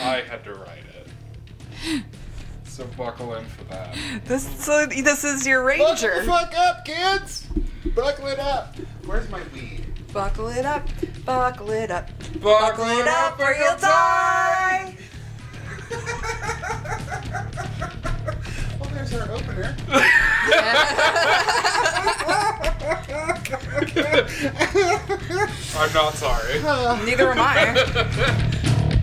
I had to write it. So buckle in for that. This so this is your Buckle ranger. the fuck up, kids! Buckle it up! Where's my weed? Buckle it up. Buckle it up. Buckle, Buckle it up or you'll die. Well, there's our opener. I'm not sorry. Neither am I.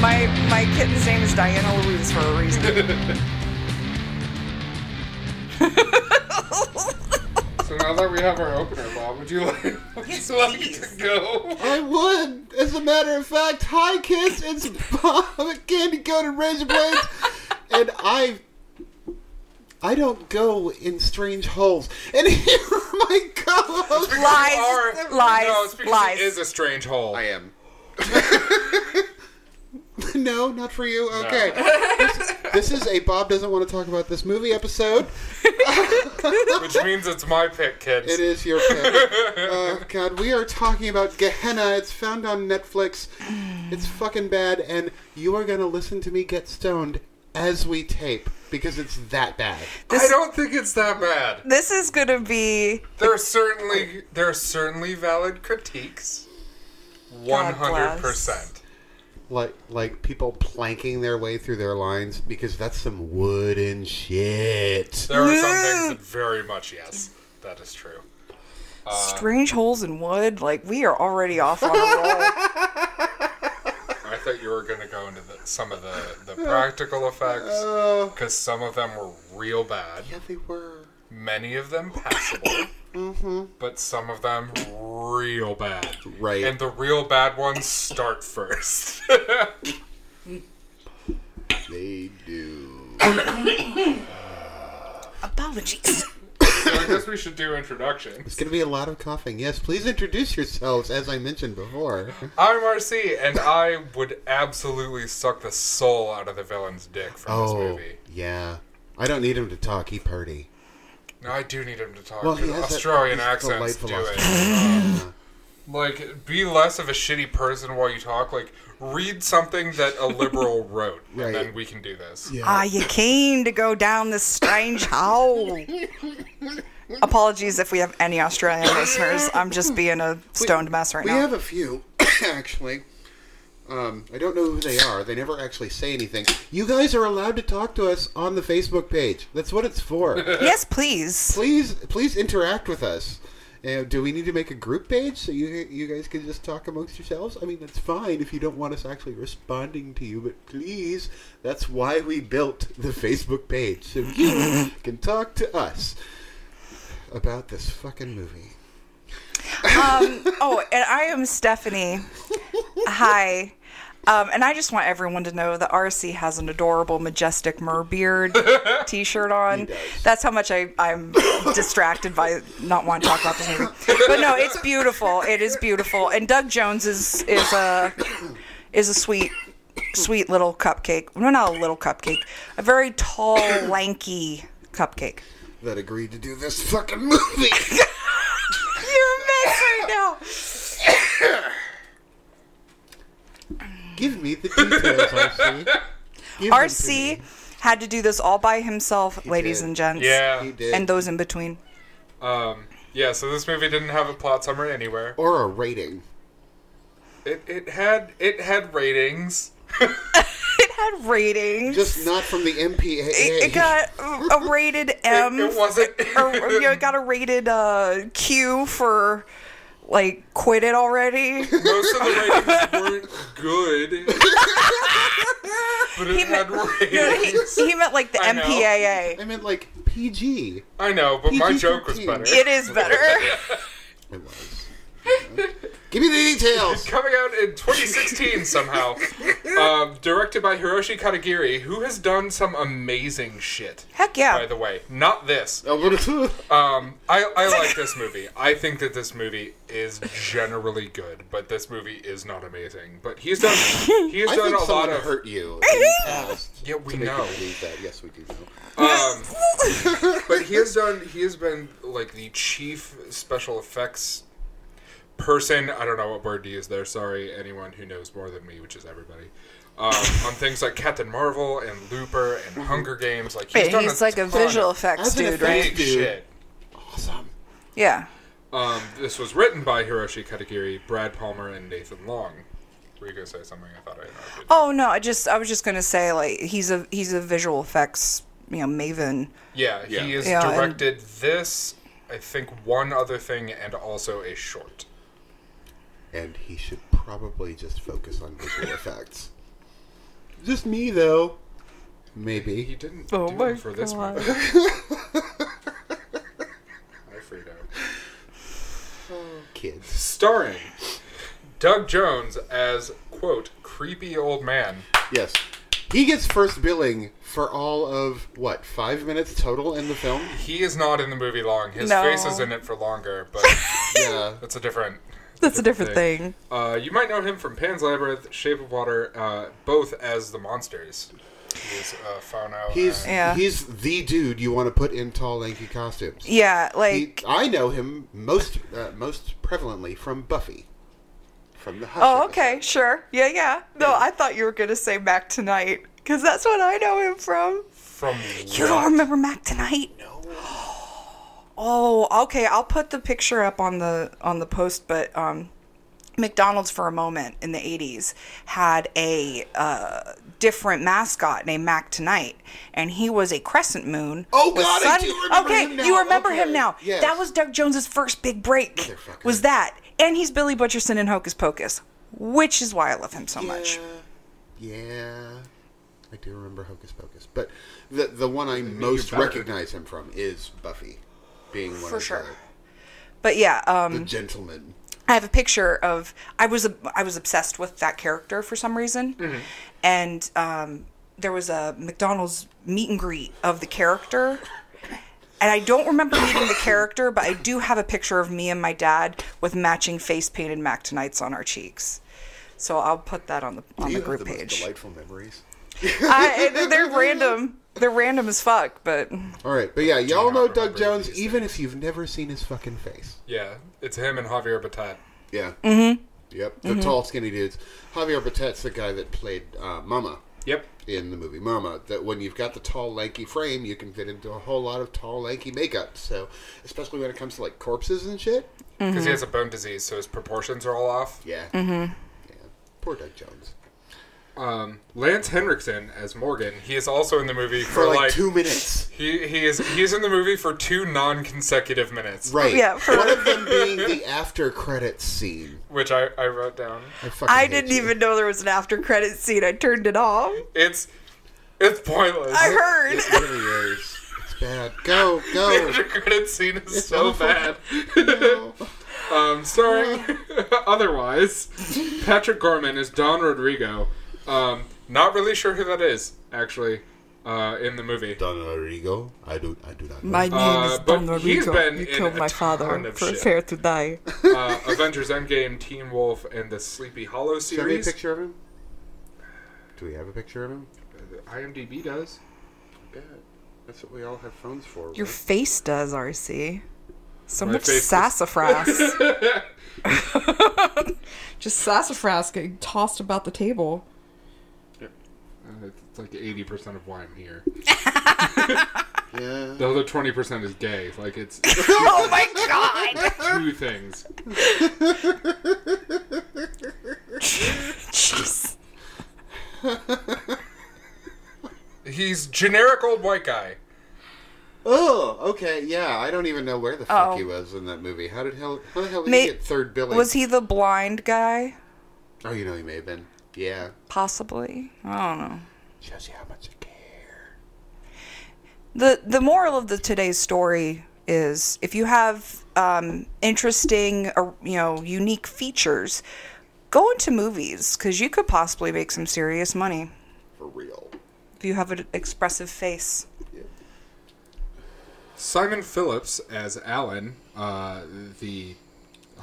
My my kitten's name is Diana Louise for a reason. So now that we have our opener, Bob, would you like, would you like to go? I would. As a matter of fact, hi kids, it's Bob at Candy Coated Razor Blades, and I, I don't go in strange holes. And here are my co-hosts. lies, Our- lies, no, it's because lies. It is a strange hole. I am. no, not for you. Okay. This, this is a Bob doesn't want to talk about this movie episode. Which means it's my pick, kids. It is your pick. Oh God, we are talking about Gehenna. It's found on Netflix. It's fucking bad, and you are gonna listen to me get stoned as we tape because it's that bad. I don't think it's that bad. This is gonna be There are certainly there are certainly valid critiques. One God hundred percent. bless. Like like people planking their way through their lines because that's some wooden shit. There are some things that very much yes, that is true. strange holes in wood. Like we are already off on a roll. I thought you were going to go into the, some of the, the practical effects Oh, because some of them were real bad. yeah, they were. Many of them passable, but some of them real bad. Mm-hmm. Right. And the real bad ones start first. They do. Apologies. So I guess we should do introductions. It's gonna be a lot of coughing. Yes, please introduce yourselves, as I mentioned before. I'm RC, and I would absolutely suck the soul out of the villain's dick from this Oh, movie. yeah. I don't need him to talk. He party. No, I do need him to talk. Well, he because has that- Australian he's accents do delightful it. Um, like, be less of a shitty person while you talk. Like, read something that a liberal wrote, Right. and then we can do this. Are Ah, you keen to go down this strange hole? Apologies if we have any Australian listeners. I'm just being a stoned mess right We now. have a few, actually. Um, I don't know who they are. They never actually say anything. You guys are allowed to talk to us on the Facebook page. That's what it's for. yes, please. please, please interact with us. Uh, do we need to make a group page so you you guys can just talk amongst yourselves? I mean, that's fine if you don't want us actually responding to you, but please, that's why we built the Facebook page so you can talk to us about this fucking movie. Um, oh, and I am Stephanie. Hi. Um, and I just want everyone to know that RC has an adorable, majestic Merbeard t shirt on. That's how much I, I'm distracted by not wanting to talk about this movie. But no, it's beautiful. It is beautiful. And Doug Jones is, is, a, is a sweet, sweet little cupcake. No, not a little cupcake, a very tall, lanky cupcake. That agreed to do this fucking movie. You're a mess right now. Give me the details, RC. Give them to RC me. had to do this all by himself, ladies did. and gents. Yeah. He did. And those in between. Um, yeah, so this movie didn't have a plot summary anywhere. or a rating. It, it had it had ratings. It had ratings. Just not from the MPAA. it, it got a rated M. it wasn't- or, you know, it got a rated uh, Q for like quit it already. Most of the ratings weren't good. but it had ratings. he, he meant like the I know. MPAA. I meant like PG. I know, but my joke was PG-13. better. It is better. It was. Give me the details. Coming out in 2016 somehow. Um, directed by Hiroshi Katagiri, who has done some amazing shit. Heck yeah. By the way, not this. Oh, what is- Um, I, I like this movie. I think that this movie is generally good, but this movie is not amazing. But he's done he's I done think a lot someone of hurt you. in the past Yeah, we to make you know. believe that. Yes, we do know. Um, but he has done. He has been like the chief special effects person. I don't know what word to use there. Sorry, anyone who knows more than me, which is everybody, um, on things like Captain Marvel and Looper Mm-hmm. and Hunger Games. Like he's, Wait, done he's like a ton visual of effects As an dude, effect- right? big dude. shit. Awesome. Yeah. Um, this was written by Hiroshi Katagiri, Brad Palmer, and Nathan Long. Were you gonna say something? I thought I interrupted. Oh no, I just I was just gonna say like he's a he's a visual effects you know maven. Yeah, Yeah. he has Yeah, and- directed this. I think one other thing, and also a short. And he should probably just focus on visual effects. Just me, though. He Maybe. didn't Oh do my it for this God. one. I freaked out. Kids. Starring Doug Jones as quote creepy old man. Yes. He gets first billing for all of, what, five minutes total in the film? He is not in the movie long. His No. face is in it for longer, but Yeah. that's a different. That's a different thing. Uh, you might know him from Pan's Labyrinth, Shape of Water, uh, both as the monsters. He is uh, Fauno. He's and- Yeah. he's the dude you want to put in tall, lanky costumes. Yeah, He, like I know him most uh, most prevalently from Buffy, from the Hush. oh episode. okay, sure, yeah, yeah. No, I thought you were gonna say Mac tonight because that's what I know him from. from You don't what? remember Mac tonight? No. Oh, okay. I'll put the picture up on the on the post, but um, McDonald's for a moment in the '80s had a uh, different mascot named Mac Tonight, and he was a crescent moon. Oh, with God, I do remember okay, him now. you remember him Okay, now. yes. That was Doug Jones's first big break. Motherfucker. Was that? And he's Billy Butcherson in Hocus Pocus, which is why I love him so much. Yeah, yeah. I do remember Hocus Pocus, but the the one I most better. recognize him from is Buffy, being one For of sure. But yeah, um, the, the gentlemen. I have a picture of I was I was obsessed with that character for some reason, Mm-hmm. and um, there was a McDonald's meet and greet of the character, and I don't remember meeting the character, but I do have a picture of me and my dad with matching face painted Mac Tonights on our cheeks. So I'll put that on the on the You have group the most page. delightful memories. I, and they're random. They're random as fuck, but All right, but yeah, y'all not know Doug remember Jones, these even if you've never seen his fucking face. Yeah, it's him and Javier Batat. Yeah. Mm-hmm. Yep. The tall, skinny dudes. Javier Batet's the guy that played uh, Mama Yep. in the movie Mama. That when you've got the tall, lanky frame, you can fit into a whole lot of tall, lanky makeup. So, especially when it comes to like corpses and shit. Because he has a bone disease, so his proportions are all off. Yeah. Mm-hmm. Yeah. Poor Doug Jones. Um, Lance Henriksen as Morgan. He is also in the movie For like, two minutes. He, he is he's in the movie for two non-consecutive minutes, Right. Yeah, for- One of them being the after credits scene. which I, I wrote down. I, fucking I hate didn't you. even know there was an after credit scene. I turned it off. It's it's pointless. I heard. It really is. It's bad. Go, the go. after credit scene is so awful. bad. um, starring otherwise, Patrick Gorman is Don Rodrigo. Um, not really sure who that is actually uh, in the movie. Don Rodrigo. I do. I do not. Know. My name Uh, is but Don he's Rodrigo. been You in killed a ton my father of for a shit. fair to die. Uh, Avengers Endgame, Teen Wolf, and the Sleepy Hollow Send me a series. picture of him. Do we have a picture of him? IMDb does. Yeah, that's what we all have phones for. Your face does, RC. So My much face does. sassafras. Just sassafras getting tossed about the table. Uh, It's like eighty percent of why I'm here. Yeah. The other twenty percent is gay. Like it's oh my god! two things. Jeez. He's generic old white guy. Oh, okay. Yeah, I don't even know where the fuck Oh. he was in that movie. How did hell? How the hell did May- he get third billing? Was he the blind guy? Oh, you know he may have been. Yeah. Possibly. I don't know. Shows you how much I care. The the moral of the today's story is if you have um, interesting or you know unique features, go into movies because you could possibly make some serious money for real. if you have an expressive face. Simon Phillips as Alan, uh, the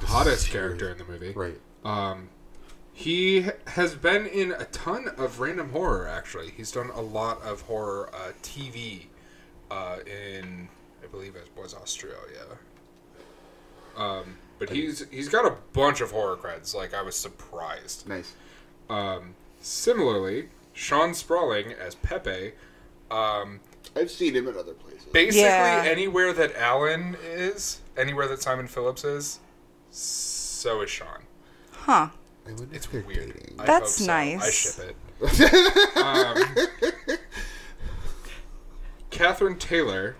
hottest character in the movie. Right. He has been in a ton of random horror. Actually, he's done a lot of horror uh, TV uh, in, I believe it was Australia. Um, but he's he's got a bunch of horror creds. Like I was surprised. Nice. Similarly, Sean Sprawling as Pepe. Um, I've seen him in other places. basically, Yeah. anywhere that Alan is, anywhere that Simon Phillips is, so is Sean. Huh. I wonder It's if they're weird. dating. I That's hope so. I nice. ship it. um, Catherine Taylor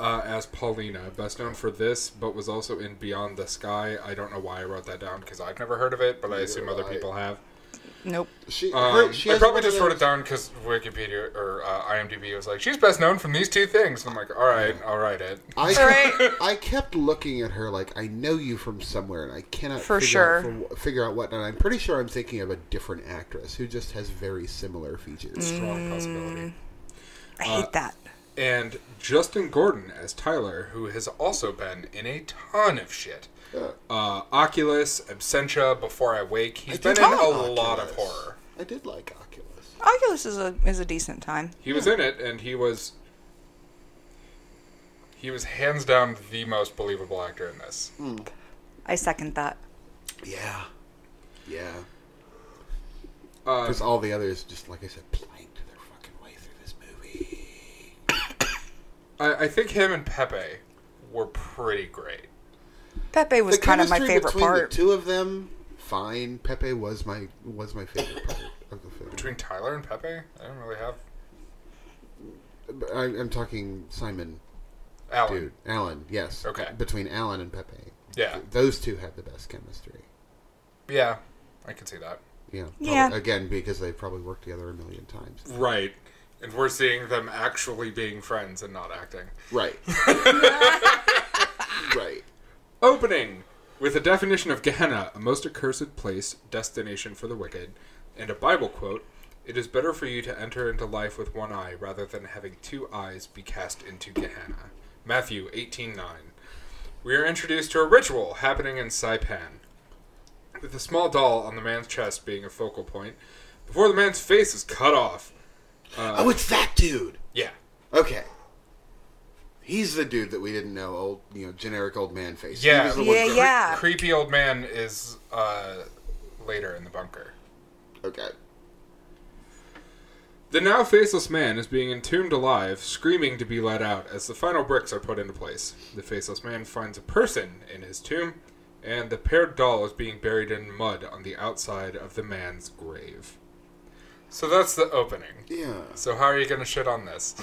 uh, as Paulina, best known for this, but was also in Beyond the Sky. I don't know why I wrote that down because I've never heard of it, but I Neither assume have other I. people have. Nope. She, Um, her, she I has probably one of just wrote those- it down because Wikipedia or uh, IMDb was like, she's best known from these two things. And I'm like, all right, I'll write it. I All kept, I kept looking at her like I know you from somewhere, and I cannot For figure sure. out from wh- figure out what. And I'm pretty sure I'm thinking of a different actress who just has very similar features. Mm. Strong Mm. possibility. I Uh, hate that. And Justin Gordon as Tyler, who has also been in a ton of shit. Uh, Oculus, Absentia, Before I Wake. He's been in a lot of horror. I did like Oculus. Oculus is a is a decent time. He was in it, and he was he was hands down the most believable actor in this. I second that. Yeah, yeah. Uh, Because all the others, just like I said, planked their fucking way through this movie. I, I think him and Pepe were pretty great. Pepe was kind of my chemistry favorite between part. The two of them, fine. Pepe was my was my favorite part of the film. Between Tyler and Pepe, I don't really have But I, I'm talking Simon, Alan. dude, Alan. Yes. Okay. Between Alan and Pepe, Yeah, those two had the best chemistry. yeah, I can see that. Yeah. Yeah. Probably- again, because they probably worked together a million times. Right, and we're seeing them actually being friends and not acting. Right. right. Opening with a definition of Gehenna, a most accursed place, destination for the wicked, and a Bible quote. It is better for you to enter into life with one eye rather than having two eyes be cast into Gehenna. Matthew 18:9. We are introduced to a ritual happening in Saipan, with a small doll on the man's chest being a focal point before the man's face is cut off. oh, it's that dude. Yeah. Okay. He's the dude that we didn't know, old, you know, generic old man face. He Yeah. was the one- Yeah, yeah. Creepy old man is uh, later in the bunker. Okay. The now faceless man is being entombed alive, screaming to be let out as the final bricks are put into place. The faceless man finds a person in his tomb, and the paired doll is being buried in mud on the outside of the man's grave. So that's the opening. Yeah. So how are you gonna shit on this?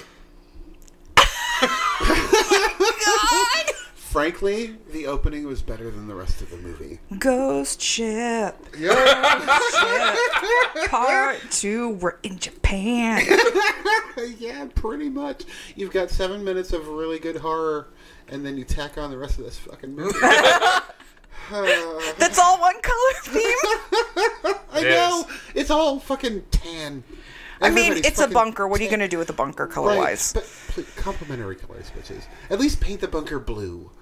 Frankly, the opening was better than the rest of the movie. Ghost ship. Ship. Part two. We're in Japan. yeah, pretty much. You've got seven minutes of really good horror, and then you tack on the rest of this fucking movie. That's all one color theme. I It know is. it's all fucking tan. I mean, Everybody's it's a fucking bunker. What are you tan. gonna do with a bunker color Right, wise? but pl- complimentary colors, bitches. At least paint the bunker blue.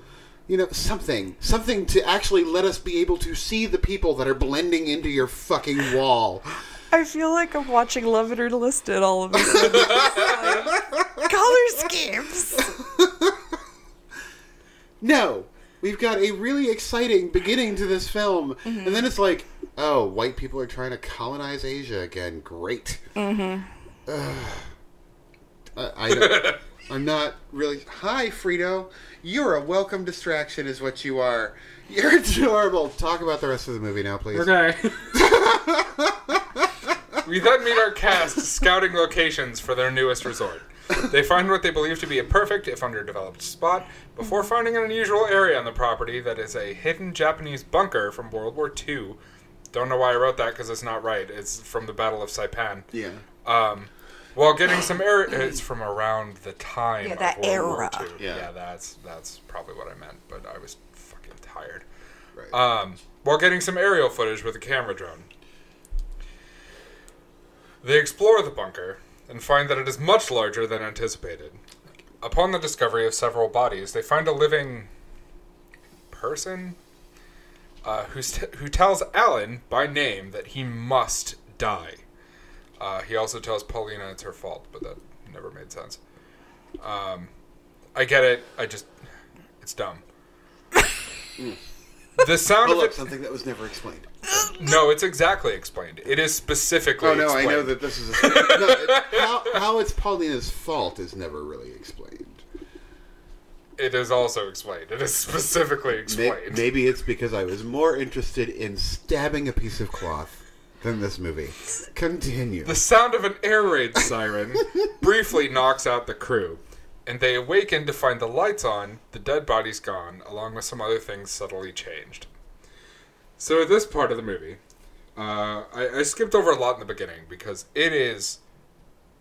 You know, something, something to actually let us be able to see the people that are blending into your fucking wall. I feel like I'm watching Love It or List It all of a sudden. color schemes. No, we've got a really exciting beginning to this film, and then it's like, oh, white people are trying to colonize Asia again. Great. Mm-hmm. I, I don't, I'm not really. Hi, Frito. You're a welcome distraction, is what you are. You're adorable. Talk about the rest of the movie now, please. Okay. we then meet our cast scouting locations for their newest resort. They find what they believe to be a perfect, if underdeveloped, spot before finding an unusual area on the property that is a hidden Japanese bunker from World War II. Don't know why I wrote that because it's not right. It's from the Battle of Saipan. Yeah. Um, While getting some air, it's from around the time. Yeah, that of World War era. II. Yeah. yeah, that's that's probably what I meant, but I was fucking tired. Right. Um, while getting some aerial footage with a camera drone. They explore the bunker and find that it is much larger than anticipated. Upon the discovery of several bodies, they find a living person uh, who's t- who tells Alan by name that he must die. Uh, he also tells Paulina it's her fault, but that never made sense. Um, I get it. I just, it's dumb. the sound Pull of up it. something that was never explained. No, it's exactly explained. It is specifically. Oh no, explained. I know that this is a, no, it, how, how it's Paulina's fault is never really explained. It is also explained. It is specifically May- explained. Maybe it's because I was more interested in stabbing a piece of cloth than this movie. Continue. The sound of an air raid siren briefly knocks out the crew, and they awaken to find the lights on, the dead bodies gone, along with some other things subtly changed. So, this part of the movie, uh, I, I skipped over a lot in the beginning because it is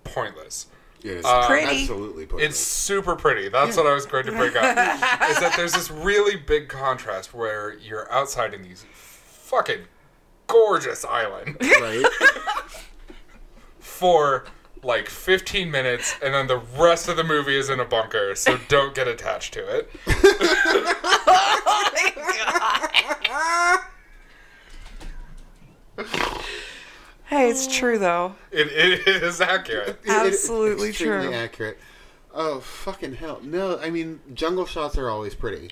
pointless. It is Pretty. Uh, Absolutely pointless. It's super pretty. That's what I was going to bring up. is that there's this really big contrast where you're outside in these fucking gorgeous island right. for like 15 minutes, and then the rest of the movie is in a bunker, so don't get attached to it. Hey, it's true though. It, it is accurate. It- it- Absolutely it's extremely true. accurate. Oh fucking hell! No, I mean jungle shots are always pretty.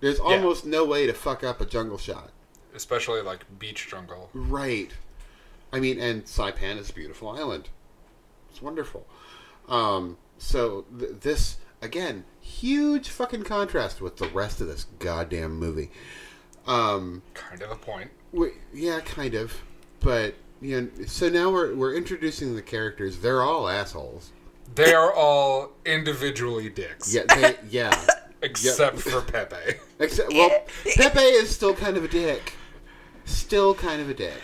There's almost no way to fuck up a jungle shot. Especially like beach jungle. Right. I mean, and Saipan is a beautiful island. It's wonderful. Um, so th- this again, huge fucking contrast with the rest of this goddamn movie. Um, Kind of the point. we, yeah, kind of, but you know, so now we're we're introducing the characters. They're all assholes. They are all individually dicks, Yeah, they, yeah. except for Pepe. Except, well, Pepe is still kind of a dick. Still kind of a dick.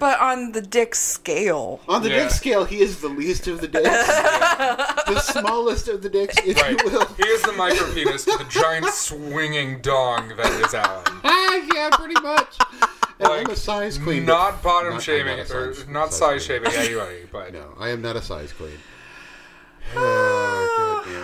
But on the dick scale. On the Yeah. dick scale, he is the least of the dicks. the smallest of the dicks, if Right. you will. He is the micro penis to the giant swinging dong that is Alan. Ah, yeah, pretty much. And I'm a Like, size queen. but- Not bottom not- I'm shaving, not a or size- not size size queen. shaving anyway, but No, I am not a size queen. Oh, God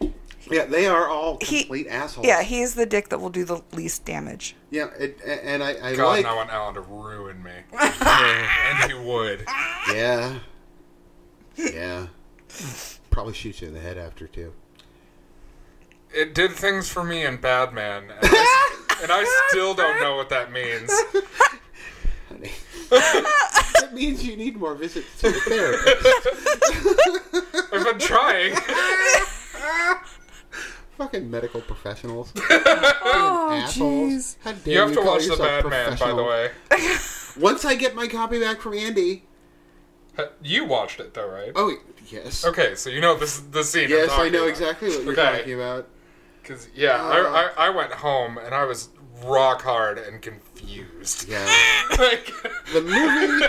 damn it. Mm. Yeah, they are all He- complete assholes. Yeah, he's the dick that will do the least damage. yeah, it, a- and I, I God, like. and I want Alan to ruin me. and he would. Yeah. Yeah. Probably shoot you in the head after too. It did things for me in Badman, and I, s- and I still don't know what that means. Honey. that means you need more visits to the therapist. I've been trying. Fucking medical professionals. Fucking assholes. Oh, jeez. How dare You have to call watch The yourself Badman, by the professional. way. Once I get my copy back from Andy. Uh, You watched it, though, right? Oh, yes. Okay, so you know this the scene. Yes, I know exactly Uh-huh. what you're Okay. talking about. Because yeah, I, I I went home and I was rock hard and confused. Yeah. like, The movie,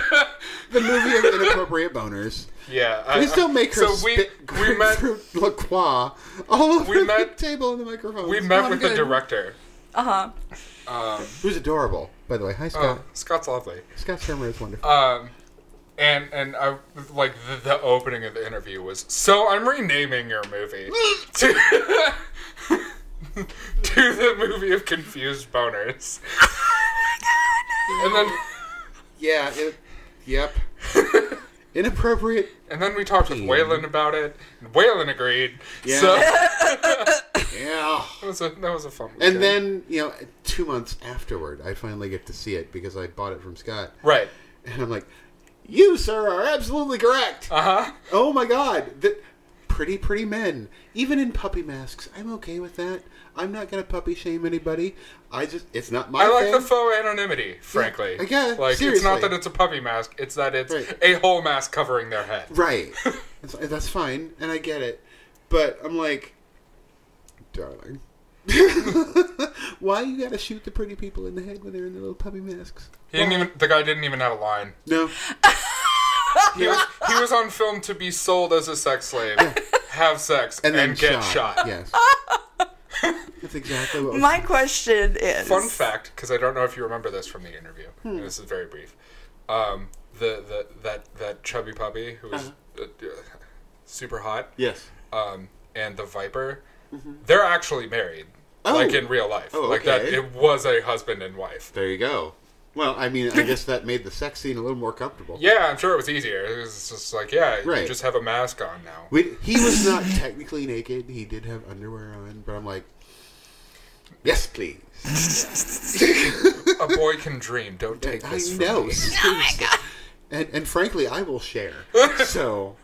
the movie of inappropriate boners. yeah. I- Please don't make her So we spit we met grapefruit La Croix all over We the met- table and the microphone. we It's met not with the good. director. Uh Who's adorable, by the way. Hi, Scott. Oh, Scott's lovely. Scott Shermer is wonderful. Um, and and I like the, the opening of the interview was so I'm renaming your movie to to the movie of confused boners, Oh and then yeah. It, yep. Inappropriate. and then we talked with Waylon about it. And Waylon agreed. Yeah. So that Yeah. was a that was a fun. And weekend. then you know, two months afterward, I finally get to see it because I bought it from Scott, right, and I'm like, "You, sir, are absolutely correct." uh huh. Oh my God, the pretty, pretty men, even in puppy masks, I'm okay with that. I'm not gonna puppy shame anybody. I just, it's not my I like thing. the faux anonymity, frankly. I guess, like it's not seriously. that it's a puppy mask; it's that it's Right. a whole mask covering their head. Right. That's, that's fine, and I get it. But I'm like, darling, why you gotta shoot the pretty people in the head when they're in their little puppy masks? He didn't even the guy didn't even have a line. No. He was he was on film to be sold as a sex slave, have sex, and, and then get shot. shot. Yes. That's exactly what was My question is Fun fact, because I don't know if you remember this from the interview. Hmm. And this is very brief. Um, the, the that that chubby puppy who was Uh-huh. uh uh, super hot, Yes. um, and the viper, they're actually married, Mm-hmm. Oh. like in real life. Oh, Like that, okay. it was a husband and wife. There you go. Well, I mean, I guess that made the sex scene a little more comfortable. Yeah, I'm sure it was easier. It was just like, yeah, Right. you just have a mask on now. We, he was not technically naked. He did have underwear on, but I'm like, yes, please. a boy can dream. Don't take I this. from know. me. Oh seriously. And and frankly, I will share. So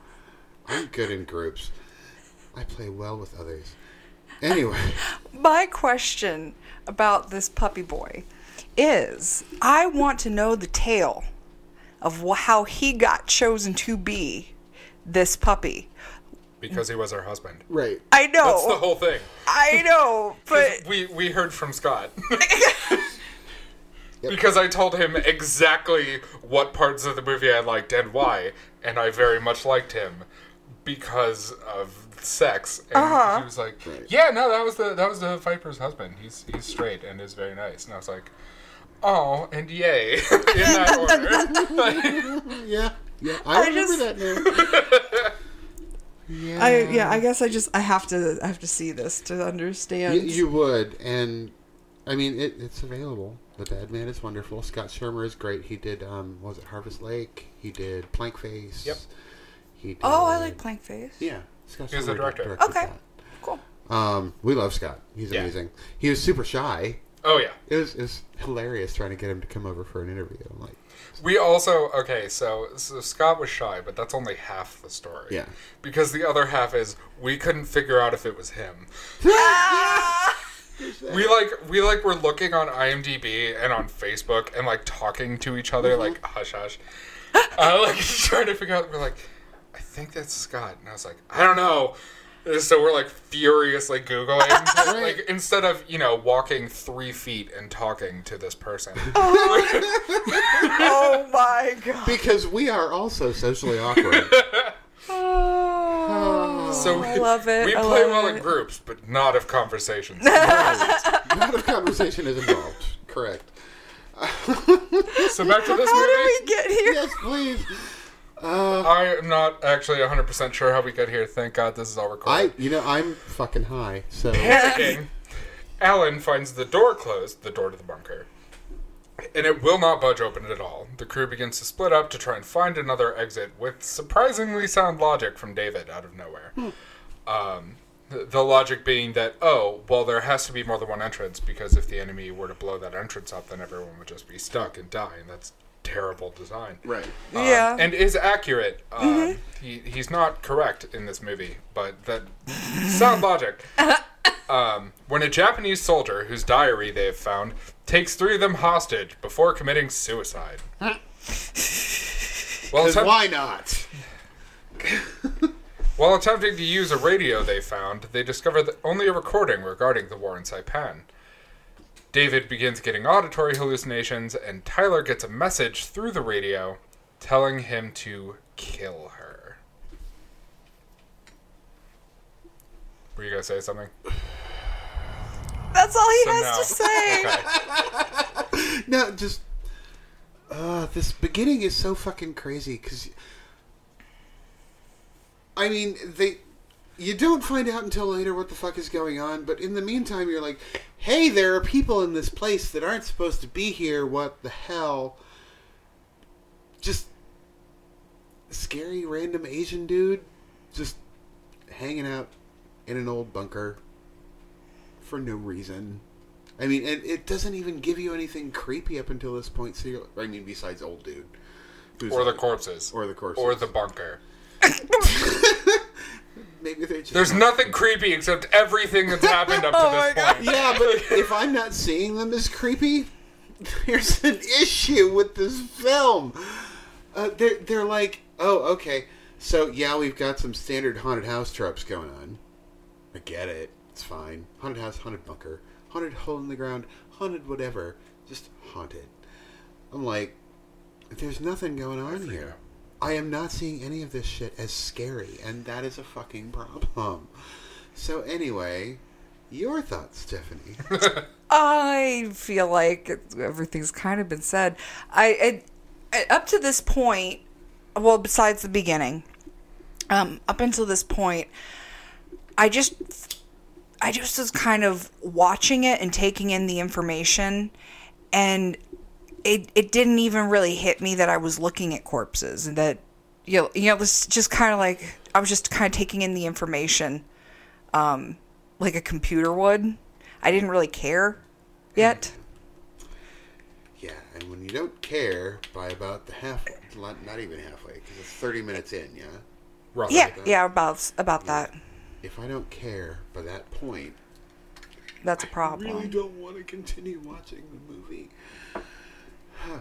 I'm good in groups. I play well with others. Anyway, my question about this puppy boy is I want to know the tale of wh- how he got chosen to be this puppy. because he was our husband. right. I know. That's the whole thing. I know, but We we heard from Scott. Because I told him exactly what parts of the movie I liked and why, and I very much liked him because of sex. And he was like, "Yeah, no, that was the that was the Viper's husband. He's he's straight and is very nice." And I was like, "Oh, and yay!" in that order. Yeah, yeah. I, I remember just- that now. yeah. I yeah, I guess I just I have to I have to see this to understand. Y- you would, and I mean, it, it's available. The Bad Man is wonderful. Scott Shermer is great. He did, um, what was it Harvest Lake? He did Plank Face. Yep. He did, oh, I like Plank Face. Yeah, Scott He was Shermer the did- director. directed Okay. Cool. that. Um, we love Scott. He's Yeah. amazing. He was super shy. oh yeah. It was, it was hilarious trying to get him to come over for an interview. I'm like, We also okay, so, so Scott was shy, but that's only half the story. Yeah. Because the other half is we couldn't figure out if it was him. We like we like were looking on IMDb and on Facebook and like talking to each Mm-hmm. other like hush hush, uh, like trying to figure out. We're like, I think that's Scott, and I was like, I don't know. And So we're like furiously googling, like instead of you know walking three feet and talking to this person. Oh my god. because we are also socially awkward. Oh. So we, I love it. we I play love well it. in groups, but not if conversations. Not if conversation is involved. Correct. so back to this How did movie. we get here? Yes, please. I am not actually 100% sure how we got here. Thank God this is all I, recorded. you know, I'm fucking high, so. Panicking, Alan finds the door closed, the door to the bunker. And it will not budge open at all. The crew begins to split up to try and find another exit with surprisingly sound logic from David out of nowhere. Um, the, the logic being that, oh, well, there has to be more than one entrance because if the enemy were to blow that entrance up, then everyone would just be stuck and die, and that's terrible design. Right. Um, Yeah. and is accurate. Um, he, he's not correct in this movie, but that sound logic. Um, when a Japanese soldier, whose diary they have found, takes three of them hostage before committing suicide. Well, Because Oh, why not? While attempting to use a radio they found, they discover that only a recording regarding the war in Saipan. David begins getting auditory hallucinations, and Tyler gets a message through the radio telling him to kill her. Were you gonna say something? That's all he So has no. to say. Okay. No, just uh, this beginning is so fucking crazy because I mean they you don't find out until later what the fuck is going on, but in the meantime you're like, hey, there are people in this place that aren't supposed to be here. What the hell? Just scary random Asian dude just hanging out in an old bunker for no reason. I mean, it, it doesn't even give you anything creepy up until this point. So you're, I mean, besides old dude, who's Or the corpses. or the corpses, Or the bunker. maybe they're just There's nothing creepy except everything that's happened up to this point. yeah. But if I'm not seeing them as creepy, there's an issue with this film. Uh, they're they're like, oh, okay, so yeah, we've got some standard haunted house tropes going on. I get it. It's fine. Haunted house, haunted bunker, haunted hole in the ground, haunted whatever. Just haunted. I'm like, there's nothing going on here. I am not seeing any of this shit as scary, and that is a fucking problem. So anyway, your thoughts, Stephanie? I feel like it- everything's kind of been said. I, I, I up to this point, well, besides the beginning, um, up until this point, I just, I just was kind of watching it and taking in the information, and it it didn't even really hit me that I was looking at corpses and that you know, you know this just kind of like I was just kind of taking in the information um, like a computer would. I didn't really care yet. yeah, and when you don't care by about the half, not not even halfway, because it's thirty minutes in, yeah. Roughly. Yeah, yeah, about about that. If I don't care by that point, That's a I really problem. don't want to continue watching the movie.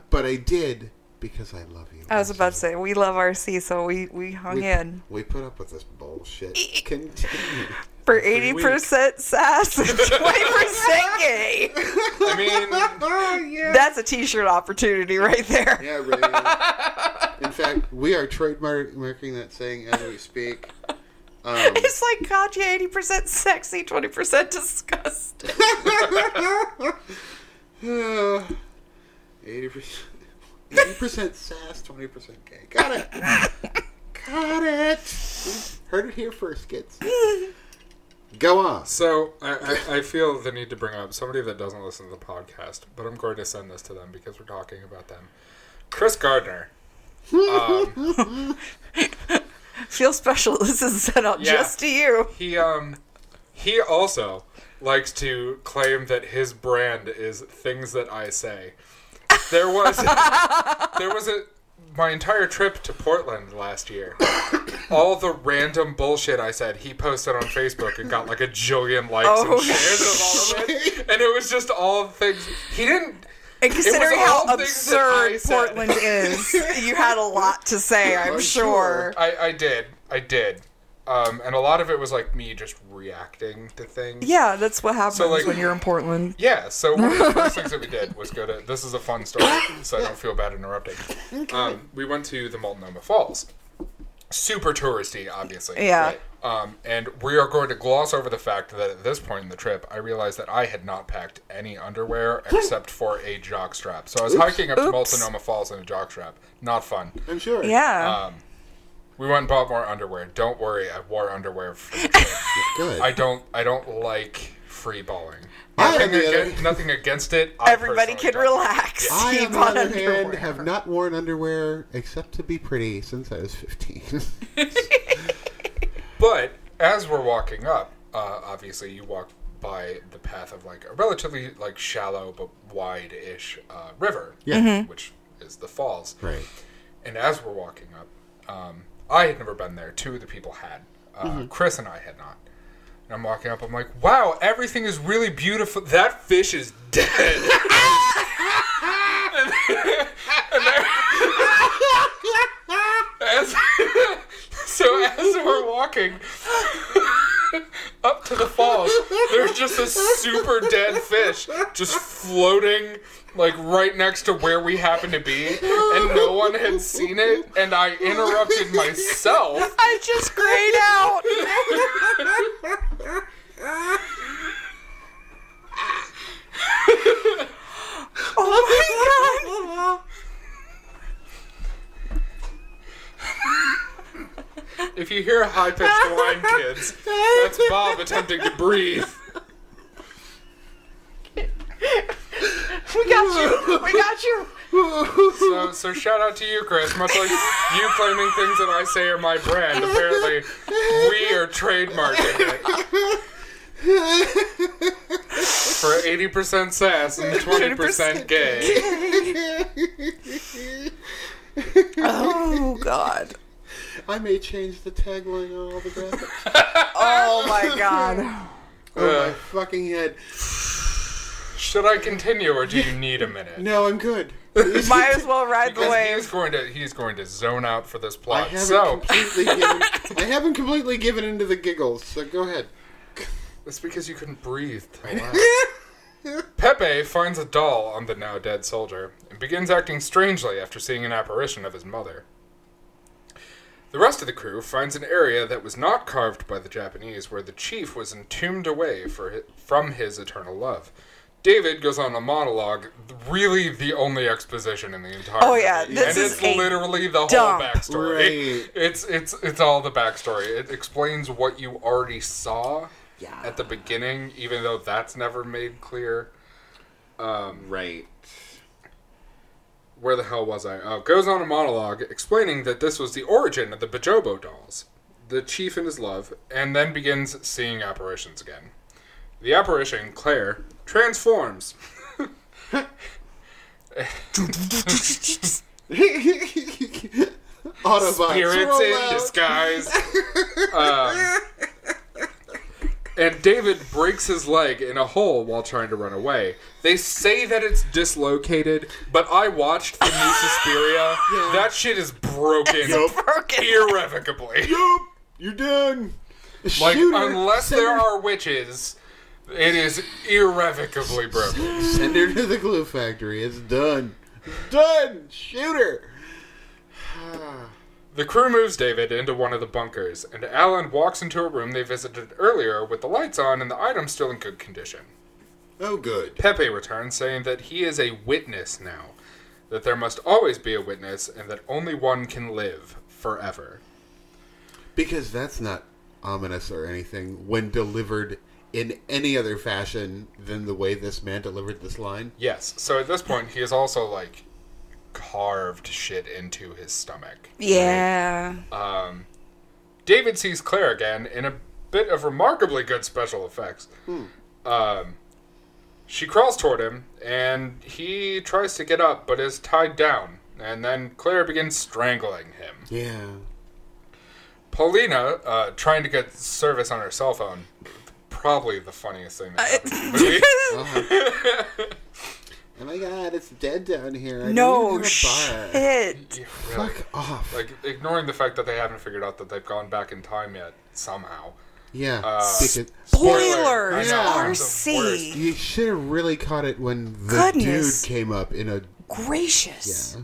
But I did because I love you. I was about to say we love RC, so we we hung we, in we put up with this bullshit. Continue. for Three eighty percent sass and twenty percent gay. I mean, oh, yeah. That's a T-shirt opportunity right there. Yeah, really. In fact, we are trademarking that saying as we speak. Um, It's like Katya, eighty percent sexy, twenty percent disgusted. Eighty percent, eighty percent sass, twenty percent gay. Got it. Got it. Heard it here first, kids. Go on. so I, I, I feel the need to bring up somebody that doesn't listen to the podcast, but I'm going to send this to them because we're talking about them. Chris Gardner. Um, Feel special. This is set up Yeah. just to you. He um he also likes to claim that his brand is things that I say. There was there was a my entire trip to Portland last year. All the random bullshit I said he posted on Facebook and got like a jillion likes Oh. and shares of all of it. And it was just all things he didn't And considering how all things that I absurd said. Portland is, you had a lot to say, I'm I'm sure. sure. I, I did. I did. Um, and a lot of it was like me just reacting to things. Yeah, that's what happens like- Uh, when you're in Portland. Yeah, so one of the first things that we did was go to. This is a fun story, so I don't feel bad interrupting. Um, we went to the Multnomah Falls. Super touristy, obviously. Yeah. Um, and we are going to gloss over the fact that at this point in the trip, I realized that I had not packed any underwear except for a jock strap. So I was hiking up to Oops. Multnomah Falls in a jock strap. Not fun. I'm sure. Yeah. We went and bought more underwear. Don't worry, I wore underwear for the Good. I don't. I don't like free balling. I, on Nothing, the other- against, nothing against it. I Everybody personally can don't. relax. I, Keep on the on other hand, underwear. have not worn underwear except to be pretty since I was 15. But as we're walking up, uh, obviously you walk by the path of like a relatively like shallow but wide-ish uh, river, Yeah. Mhm. which is the falls. right. And as we're walking up, um, I had never been there. Two of the people had. Uh, Mm-hmm. Chris and I had not. And I'm walking up. I'm like, wow, everything is really beautiful. That fish is dead. And there- and there- as- so as we're walking up to the falls, there's just this super dead fish just floating like right next to where we happen to be, and no one had seen it, and I interrupted myself. I just grayed out. Oh oh my god. If you hear a high pitched whine, kids, that's Bob attempting to breathe. We got you. We got you. So, so shout out to you, Chris. Much like you claiming things that I say are my brand, apparently we are trademarking it. For 80% sass and 20% gay. Oh god. I may change the tagline on all the graphics. Oh my god. Oh my Ugh. fucking head. Should I continue or do you need a minute? No, I'm good. Might as well ride the Because he's wave. going to he's going to zone out for this I plot. haven't So completely given, I haven't completely given into the giggles, so go ahead. it's because you couldn't breathe. till last. Pepe finds a doll on the now dead soldier and begins acting strangely after seeing an apparition of his mother. The rest of the crew finds an area that was not carved by the Japanese where the chief was entombed away for hi from his eternal love. David goes on a monologue, really the only exposition in the entire. Oh, yeah, movie. this and is it's a literally the whole dump. backstory. Right. It's it's it's all the backstory. It explains what you already saw Yeah. at the beginning, even though that's never made clear. Right. where the hell was I? Oh, goes on a monologue explaining that this was the origin of the Bojobo dolls, the chief and his love, and then begins seeing apparitions again. The apparition, Claire, transforms. Autobots. Spirits roll in out. disguise. um, and David breaks his leg in a hole while trying to run away. They say that it's dislocated, but I watched the new Suspiria. That shit is broken Broken. irrevocably. Yup, You're done. Like Shoot her. unless Send there her- are witches, it is irrevocably broken. Send her to the glue factory. It's done. It's done. Shoot her. The crew moves David into one of the bunkers, and Alan walks into a room they visited earlier with the lights on and the items still in good condition. Oh, good. Pepe returns saying that he is a witness now, that there must always be a witness, and that only one can live forever. Because that's not ominous or anything when delivered in any other fashion than the way this man delivered this line. Yes, so at this point he is also like carved shit into his stomach. Yeah. David sees Claire again in a bit of remarkably good special effects. Um, she crawls toward him, and he tries to get up, but is tied down. And then Claire begins strangling him. Yeah. Paulina, uh, trying to get service on her cell phone, probably the funniest thing that happened. in the movie. Oh my god, it's dead down here. I no need to go to a bar. shit. Yeah, really. Fuck off. Like ignoring the fact that they haven't figured out that they've gone back in time yet somehow. yeah. uh, because- Spoilers. I know, Yeah. I'm the worst. RC. you should have really caught it when the Goodness. dude came up in a. Gracious.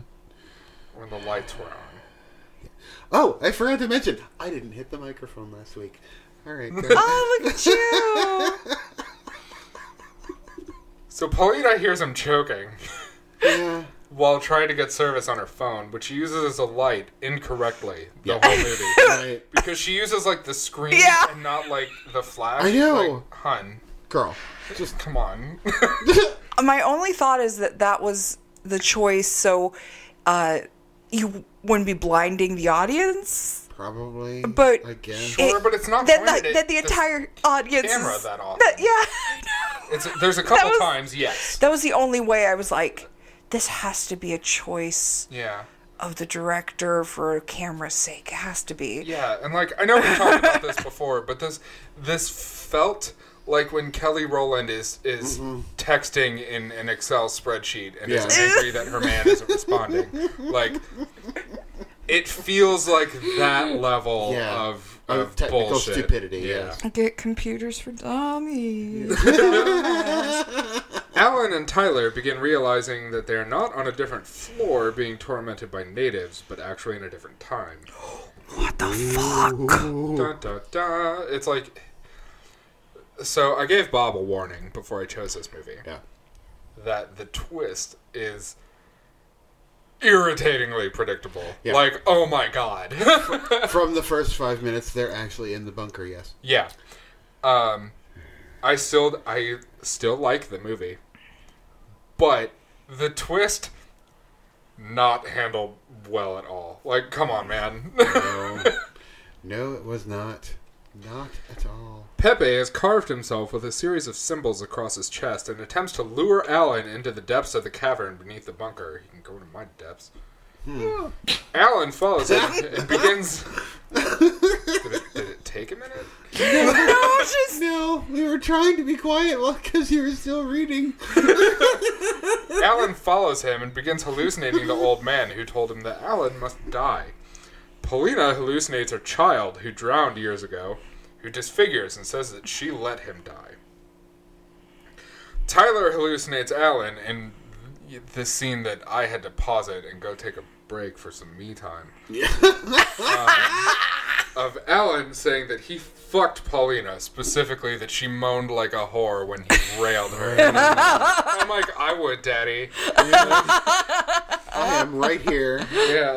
When the lights were on. Oh, I forgot to mention, I didn't hit the microphone last week. All right. go. Oh, look at you. So Paulina hears him choking. yeah. while trying to get service on her phone, which she uses as a light incorrectly the whole movie. Right. because she uses like the screen Yeah. and not like the flash. I know. Like, hun, Girl. just come on. My only thought is that that was the choice, so uh, you wouldn't be blinding the audience. Probably. But I guess. Sure, but it's not Then pointed the, at then the the entire audience. camera is- that often. yeah. it's, there's a couple was- times, yes. that was the only way I was like, this has to be a choice yeah. of the director for camera's sake. It has to be. Yeah, and like I know we talked about this before, but this this felt like when Kelly Rowland is is texting in an Excel spreadsheet and is Mm-hmm. Yeah. angry that her man isn't responding. Like it feels like that level Yeah. of, Of of technical bullshit. stupidity, yes. Get computers for dummies. Alan and Tyler begin realizing that they are not on a different floor being tormented by natives, but actually in a different time. Dun, dun, dun. It's like. So I gave Bob a warning before I chose this movie Yeah. that the twist is irritatingly predictable. Yeah. Like, oh my god. From the first five minutes, they're actually in the bunker, yes. yeah. Um, I still I still like the movie, but the twist not handled well at all. Like, come on, man. No. no, it was not. Not at all. Pepe has carved himself with a series of symbols across his chest and attempts to lure Alan into the depths of the cavern beneath the bunker. He can go to my depths. Alan follows him and begins. did, it, did it take a minute? No, it's just No, we were trying to be quiet because you were still reading. Alan follows him and begins hallucinating the old man who told him that Alan must die. Paulina hallucinates her child, who drowned years ago, who disfigures and says that she let him die. Tyler hallucinates Alan in the scene that I had to pause it and go take a break for some me time. Um, Yeah. Of Alan saying that he fucked Paulina specifically, that she moaned like a whore when he railed her. I'm like, I would, Daddy. I am right here. Yeah.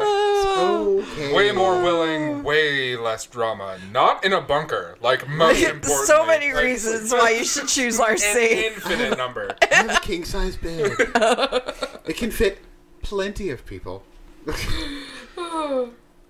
Okay. Way more willing, way less drama. Not in a bunker. Like most importantly. so many Like, reasons why you should choose An RC. infinite number. I have a king size bed. it can fit plenty of people.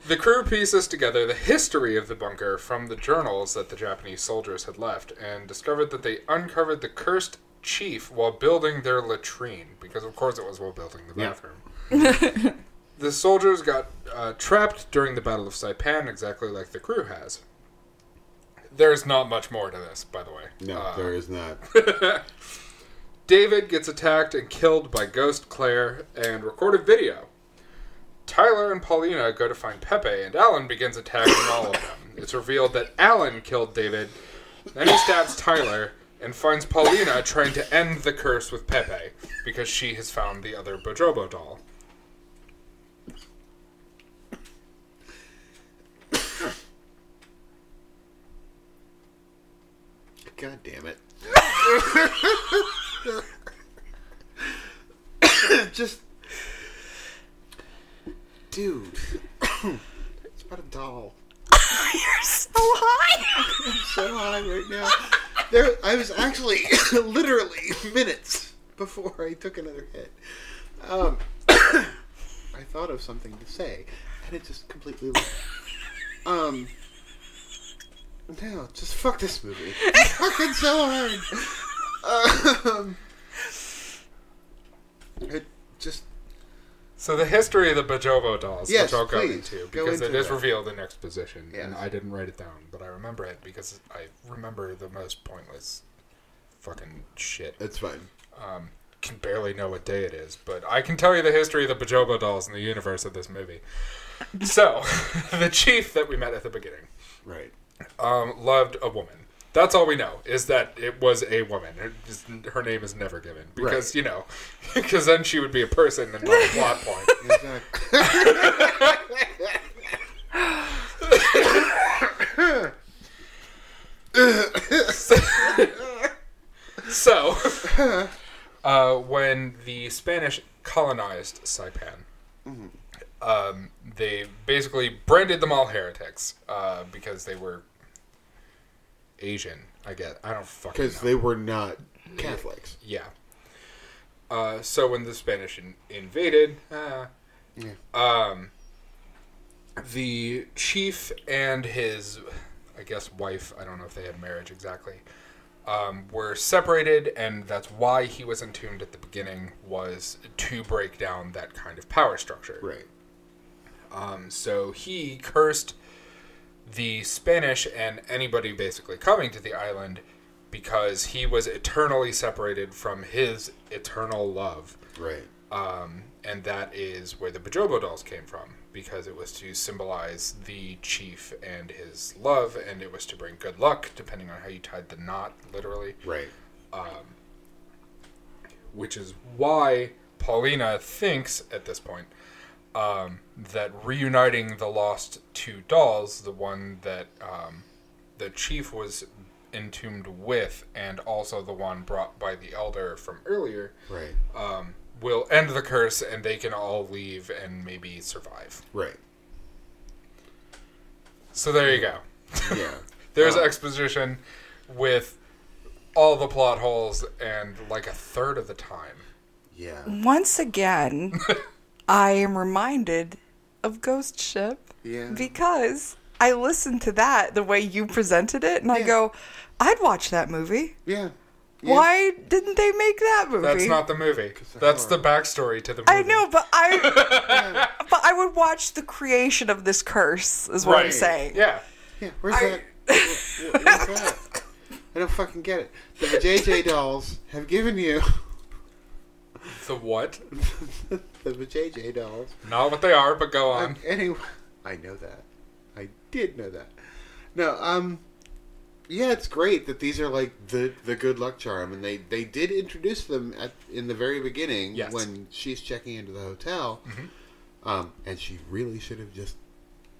The crew pieces together the history of the bunker from the journals that the Japanese soldiers had left and discovered that they uncovered the cursed chief while building their latrine, because of course it was while building the Yeah. bathroom. the soldiers got uh, trapped during the Battle of Saipan, exactly like the crew has. There's not much more to this, by the way. No, Uh, there is not. David gets attacked and killed by Ghost Claire and recorded video. Tyler and Paulina go to find Pepe, and Alan begins attacking all of them. It's revealed that Alan killed David, then he stabs Tyler and finds Paulina trying to end the curse with Pepe because she has found the other Bojobo doll. God damn it. Just. Dude. it's about a doll. You're so high. So high right now. There, I was actually literally minutes before I took another hit. Um, I thought of something to say, and it just completely. le- Um. No, just fuck this movie. It's fucking so hard. Um, it just So the history of the Bojobo dolls, Yes, which I'll go please, into go because into it is that. revealed in exposition, and Yes. I didn't write it down, but I remember it because I remember the most pointless fucking shit. it's fine. can barely know what day it is, but I can tell you the history of the Bojobo dolls in the universe of this movie. So, the chief that we met at the beginning Right. um, loved a woman. That's all we know is that it was a woman. Her, just- her name is never given because you know, because then she would be a person and not a plot point. Exactly. So, uh, when the Spanish colonized Saipan, um, they basically branded them all heretics uh, because they were Asian. I guess I don't fucking Because know. they were not Catholics. yeah. Uh, so when the Spanish in- invaded, uh, um, Yeah. the chief and his, I guess, wife, I don't know if they had marriage exactly, um, were separated, and that's why he was entombed at the beginning, was to break down that kind of power structure. Right. Um, so he cursed the Spanish and anybody basically coming to the island because he was eternally separated from his eternal love. Right. Um, and that is where the Bojobo dolls came from, because it was to symbolize the chief and his love, and it was to bring good luck, depending on how you tied the knot, literally. Right. Which is why Paulina thinks, at this point, um, that reuniting the lost two dolls, the one that um, the chief was entombed with, and also the one brought by the elder from earlier, Right. um, will end the curse and they can all leave and maybe survive. Right. So there you go. Yeah. Um, There's exposition with all the plot holes and like a third of the time. Yeah. Once again, I am reminded of Ghost Ship Yeah. because I listened to that the way you presented it, and I Yeah. go, I'd watch that movie. Yeah. Why didn't they make that movie? That's not the movie. they're That's the horror. backstory to the movie. I know, but I but I would watch the creation of this curse is what I'm Right. saying. Yeah. Yeah. Where's that? Where- where- where's that? I don't fucking get it. The JJ dolls have given you The what? the JJ dolls. Not what they are, but go on. Um, anyway, I know that. I did know that. No, um, yeah, it's great that these are like the the good luck charm, and they they did introduce them at in the very beginning Yes. when she's checking into the hotel. Um, and she really should have just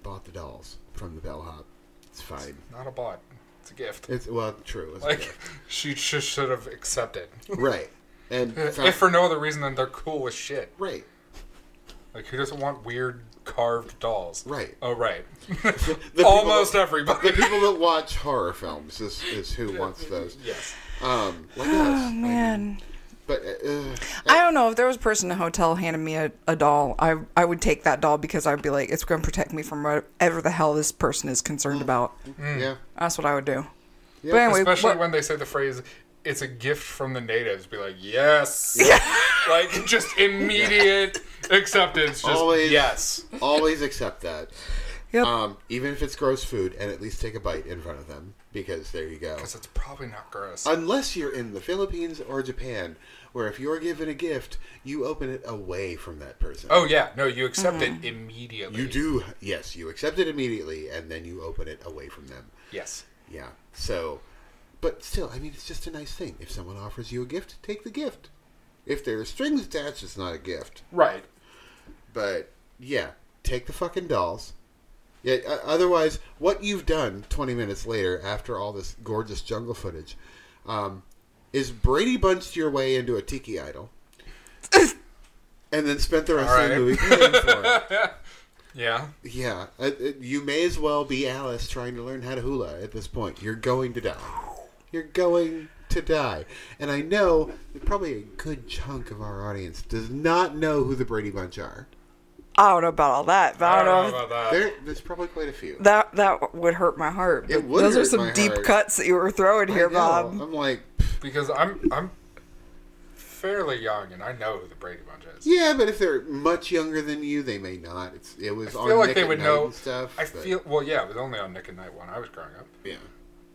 bought the dolls from the bellhop. It's fine. Not a bot. It's a gift. It's well, true. It's Like she just should have accepted, right. And if for no other reason than they're cool as shit. right, Like who doesn't want weird carved dolls? right. Oh right. The people Almost that- everybody. the people that watch horror films is, is who wants those. Yes. Um, like us. Man, But uh, I don't know if there was a person in a hotel handing me a, a doll. I I would take that doll because I'd be like, it's going to protect me from whatever the hell this person is Mm. concerned about. yeah, That's what I would do. Yeah, But anyway, Especially what- when they say the phrase "It's a gift from the natives." Be like, yes. like just immediate acceptance. Just Always. yes. always accept that. Yep. Um, even if it's gross food, and at least take a bite in front of them because there you go. Because it's probably not gross. Unless you're in the Philippines or Japan, where if you're given a gift, you open it away from that person. oh yeah. No, you accept Mm. it immediately. You do, yes, you accept it immediately, and then you open it away from them. Yes. Yeah. So, but still, I mean, it's just a nice thing. If someone offers you a gift, take the gift. If there are strings attached, it's not a gift. Right. But yeah, take the fucking dolls. Yeah. o- Otherwise, what you've done 20 minutes later, after all this gorgeous jungle footage, um, is Brady bunched your way into a tiki idol, and then spent the rest of the Alright. movie paying for it. Yeah. Yeah, uh, uh, you may as well be Alice trying to learn how to hula at this point. You're going to die. You're going to die. And I know that probably a good chunk of our audience does not know who the Brady Bunch are. I don't know about all that, but I don't, know. if about that. There, there's probably quite a few. that that would hurt my heart. It But would Those are hurt some my deep heart. cuts that you were throwing I here, know. Bob. I'm like, because I'm I'm fairly young and I know who the Brady Bunch is. yeah, but if they're much younger than you, they may not. It's it was I on feel like Nick they at would Night know. and stuff. I but- feel well, yeah. It was only on Nick and Night when I was growing up, yeah.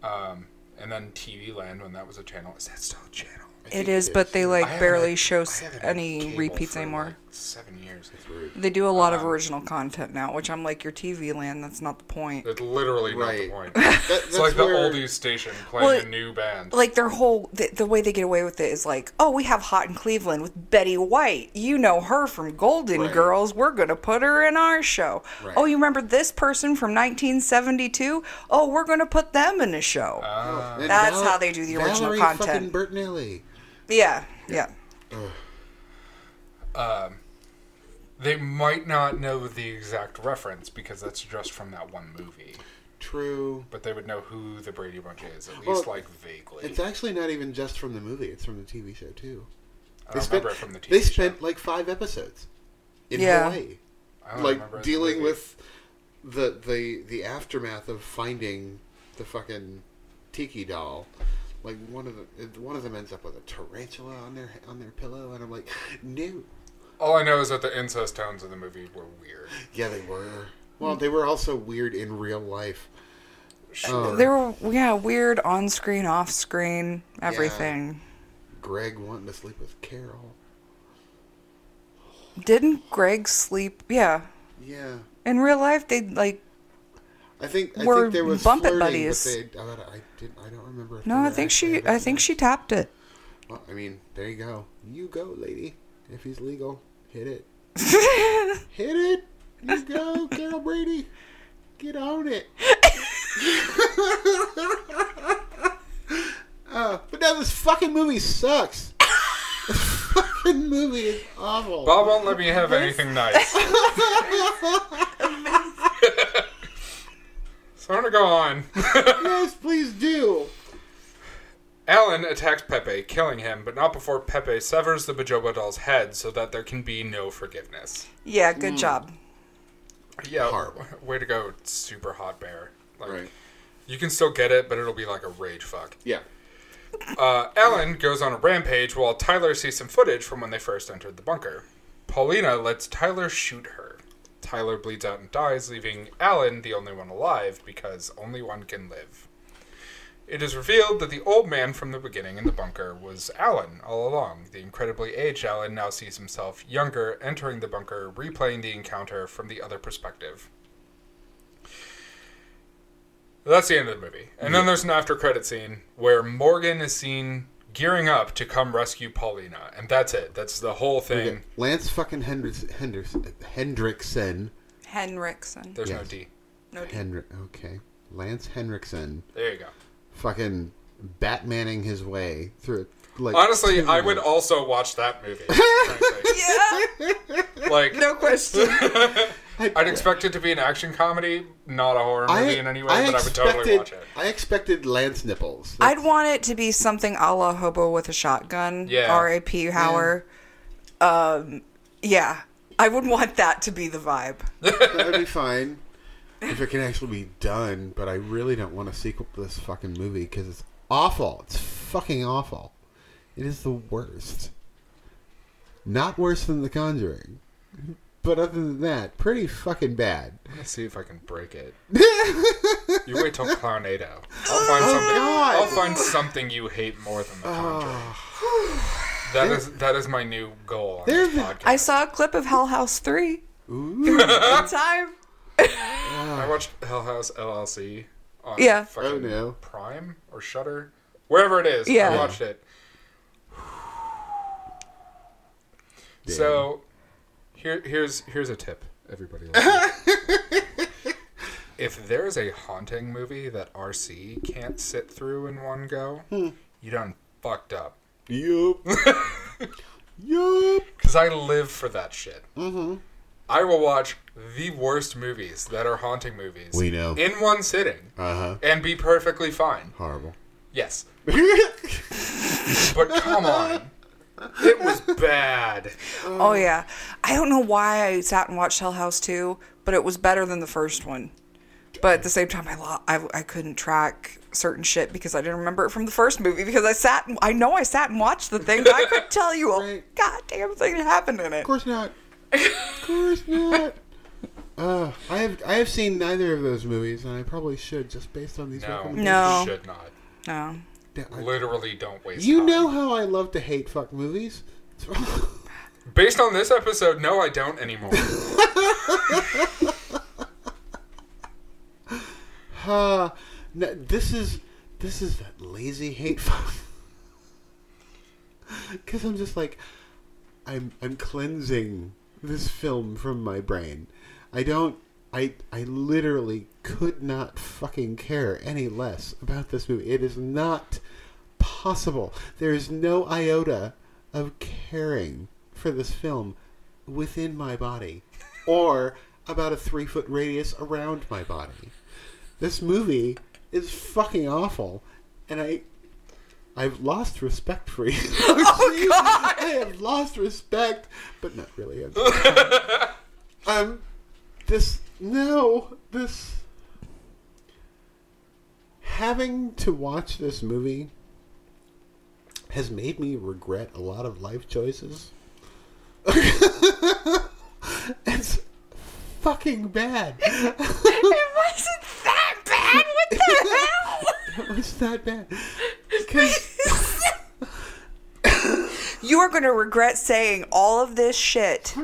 um, and then TV Land when that was a channel. Is that still a channel? It is, but they I like haven't barely had- show I s- haven't had any cable repeats for, anymore. like, seven years. Rude. They do a lot of original content now, which I'm like, your TV land. That's not the point. That's literally Right. not the point. That- it's like that's the where- oldies station playing Well, a new band. Like their whole the, the way they get away with it is like, oh, we have Hot in Cleveland with Betty White. You know her from Golden Right. Girls. We're gonna put her in our show. Right. Oh, you remember this person from 1972? Oh, we're gonna put them in a show. uh, And That's how they do the original Valerie content. Fucking Bertinelli. yeah, yeah. they might not know the exact reference because that's just from that one movie, True. but they would know who the Brady Bunch is at least Well, like vaguely. It's actually not even just from the movie; it's from the TV show too. I They don't spent remember it from the TV they show. spent like five episodes in Yeah. Hawaii, Oh, I don't remember like the dealing movie. with the the the aftermath of finding the fucking tiki doll. Like one of the one of them ends up with a tarantula on their on their pillow, and I'm like, no. All I know is that the incest tones of the movie were weird. Yeah, they were. Well, they were also weird in real life. Sure. They were yeah weird on screen, off screen, everything. Greg wanting to sleep with Carol. Didn't Greg sleep? Yeah, Yeah, in real life they like I think I Were think there was Bump It flirting, Buddies. But they, I, don't- I didn't. I don't remember. If no. they I were think actually she having I think sex. she tapped it. Well, I mean, there you go. You go, lady. If he's legal, hit it. hit it. You go, Carol Brady. Get on it. uh, but now this fucking movie sucks. this fucking movie is awful. Bob won't let me have anything nice. so I'm gonna go on. Yes, please do. Alan attacks Pepe, killing him, but not before Pepe severs the Bajoba doll's head so that there can be no forgiveness. Yeah, Hmm. good job. Yeah, Horrible. way to go, super hot bear. Like, Right. You can still get it, but it'll be like a rage fuck. Yeah. Uh, Alan goes on a rampage while Tyler sees some footage from when they first entered the bunker. Paulina lets Tyler shoot her. Tyler bleeds out and dies, leaving Alan the only one alive because only one can live. It is revealed that the old man from the beginning in the bunker was Alan all along. The incredibly aged Alan now sees himself younger entering the bunker, replaying the encounter from the other perspective. That's the end of the movie. And then there's an after credit scene where Morgan is seen gearing up to come rescue Paulina, and that's it. That's the whole thing. Okay, Lance fucking Hendricks, Hendricks, Hendrickson. Henriksen. There's no Yes. D. No D. Henri- okay. Lance Hendrickson There you go. fucking Batmaning his way through like Honestly, two I would minutes. also watch that movie. frankly. Yeah. like, No question. I'd expect it to be an action comedy, not a horror movie in any way, but I would totally expected- watch it. I expected Lance nipples. I'd want it to be something a la Hobo with a Shotgun. Yeah. R.A.P. Hauer. Yeah. Um, yeah. I would want that to be the vibe. that would be fine if it can actually be done. But I really don't want a sequel to this fucking movie because it's awful. It's fucking awful. It is the worst. Not worse than The Conjuring, but other than that, pretty fucking bad. Let's see if I can break it. you wait till Clownado. I'll find something. Oh, God. I'll find something you hate more than the Conjuring. that is that is my new goal on this There's- podcast. I saw a clip of Hell House 3 Ooh, one time. I watched Hell House LLC on Yeah. fucking Oh, no. Prime or Shutter, wherever it is. I Yeah. watched it. So, here here's here's a tip, everybody. listening. if there's a haunting movie that RC can't sit through in one go, Hmm. you done fucked up. yup, yup. Because I live for that shit. Mm-hmm. I will watch the worst movies that are haunting movies. We know. In one sitting. Uh huh. and be perfectly fine. Horrible. Yes. But come on. It was bad. Oh, yeah. I don't know why I sat and watched Hell House 2, but it was better than the first one. But at the same time, I, lo- I, I couldn't track certain shit because I didn't remember it from the first movie because I sat and, I know I sat and watched the thing, but I couldn't tell you a Right. goddamn thing that happened in it. Of course not. Of course not. Uh, I have I have seen neither of those movies, and I probably should just based on these No. recommendations. No. you Should not. No. Yeah, I- Literally don't waste You time. know how I love to hate fuck movies. Based on this episode, no, I don't anymore. uh, no, this is this is that lazy hate fuck. Because I'm just like, I'm I'm cleansing this film from my brain. I don't. I I literally could not fucking care any less about this movie. It is not possible. There is no iota of caring for this film within my body, or about a three foot radius around my body. This movie is fucking awful, and I I've lost respect for you. oh God! I have lost respect, but not really. I'm- um, this no, this having to watch this movie has made me regret a lot of life choices. it's fucking bad. It wasn't that bad. What the hell? It was that bad. 'Cause- You are going to regret saying all of this shit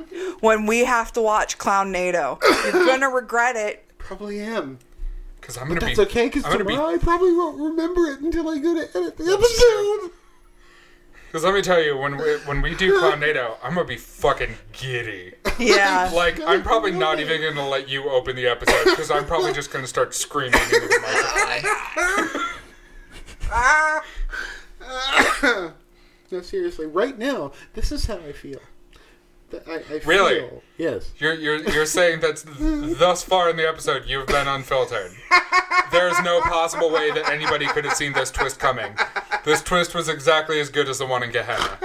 when we have to watch Clown NATO. You're going to regret it. Probably am. Because I'm gonna That's be. okay, because I'm gonna be. tomorrow I probably won't remember it until I go to edit the episode. Because let me tell you, when we, when we do Clownado, I'm gonna be fucking giddy. Yeah. Like I'm probably not even gonna let you open the episode because I'm probably just gonna start screaming into the microphone. No, seriously, right now, this is how I feel. Th- I, I Really? feel- Yes. You're, you're, you're saying that thus far in the episode you've been unfiltered. There's no possible way that anybody could have seen this twist coming. This twist was exactly as good as the one in Gehenna.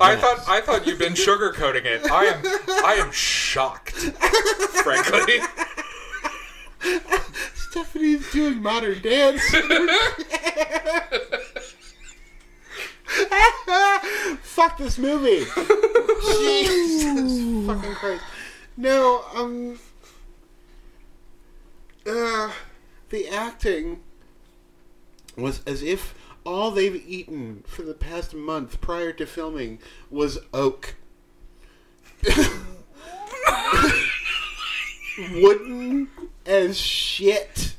I thought I thought you've been sugarcoating it. I am I am shocked, frankly. Stephanie's doing modern dance. Fuck this movie. Jesus fucking Christ. No, um. Uh, the acting was as if all they've eaten for the past month prior to filming was oak. Wooden as shit.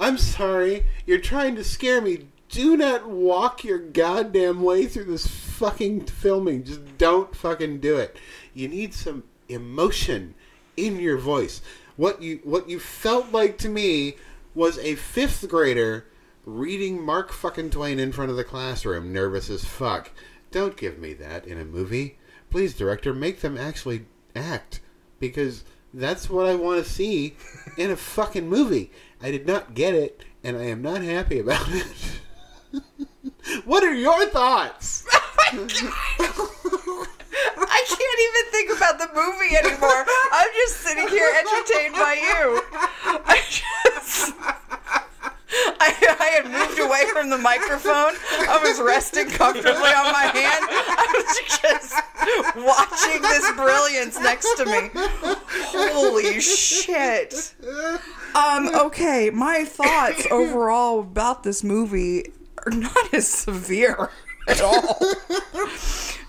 I'm sorry, you're trying to scare me. Do not walk your goddamn way through this fucking filming. Just don't fucking do it. You need some emotion in your voice. What you what you felt like to me was a fifth grader reading Mark fucking Twain in front of the classroom, nervous as fuck. Don't give me that in a movie. Please, director, make them actually act because that's what I want to see in a fucking movie. I did not get it, and I am not happy about it. what are your thoughts? I can't even think about the movie anymore. I'm just sitting here entertained by you. I just. I, I had moved away from the microphone. I was resting comfortably on my hand. I was just watching this brilliance next to me. Holy shit. Um, okay, my thoughts overall about this movie are not as severe at all.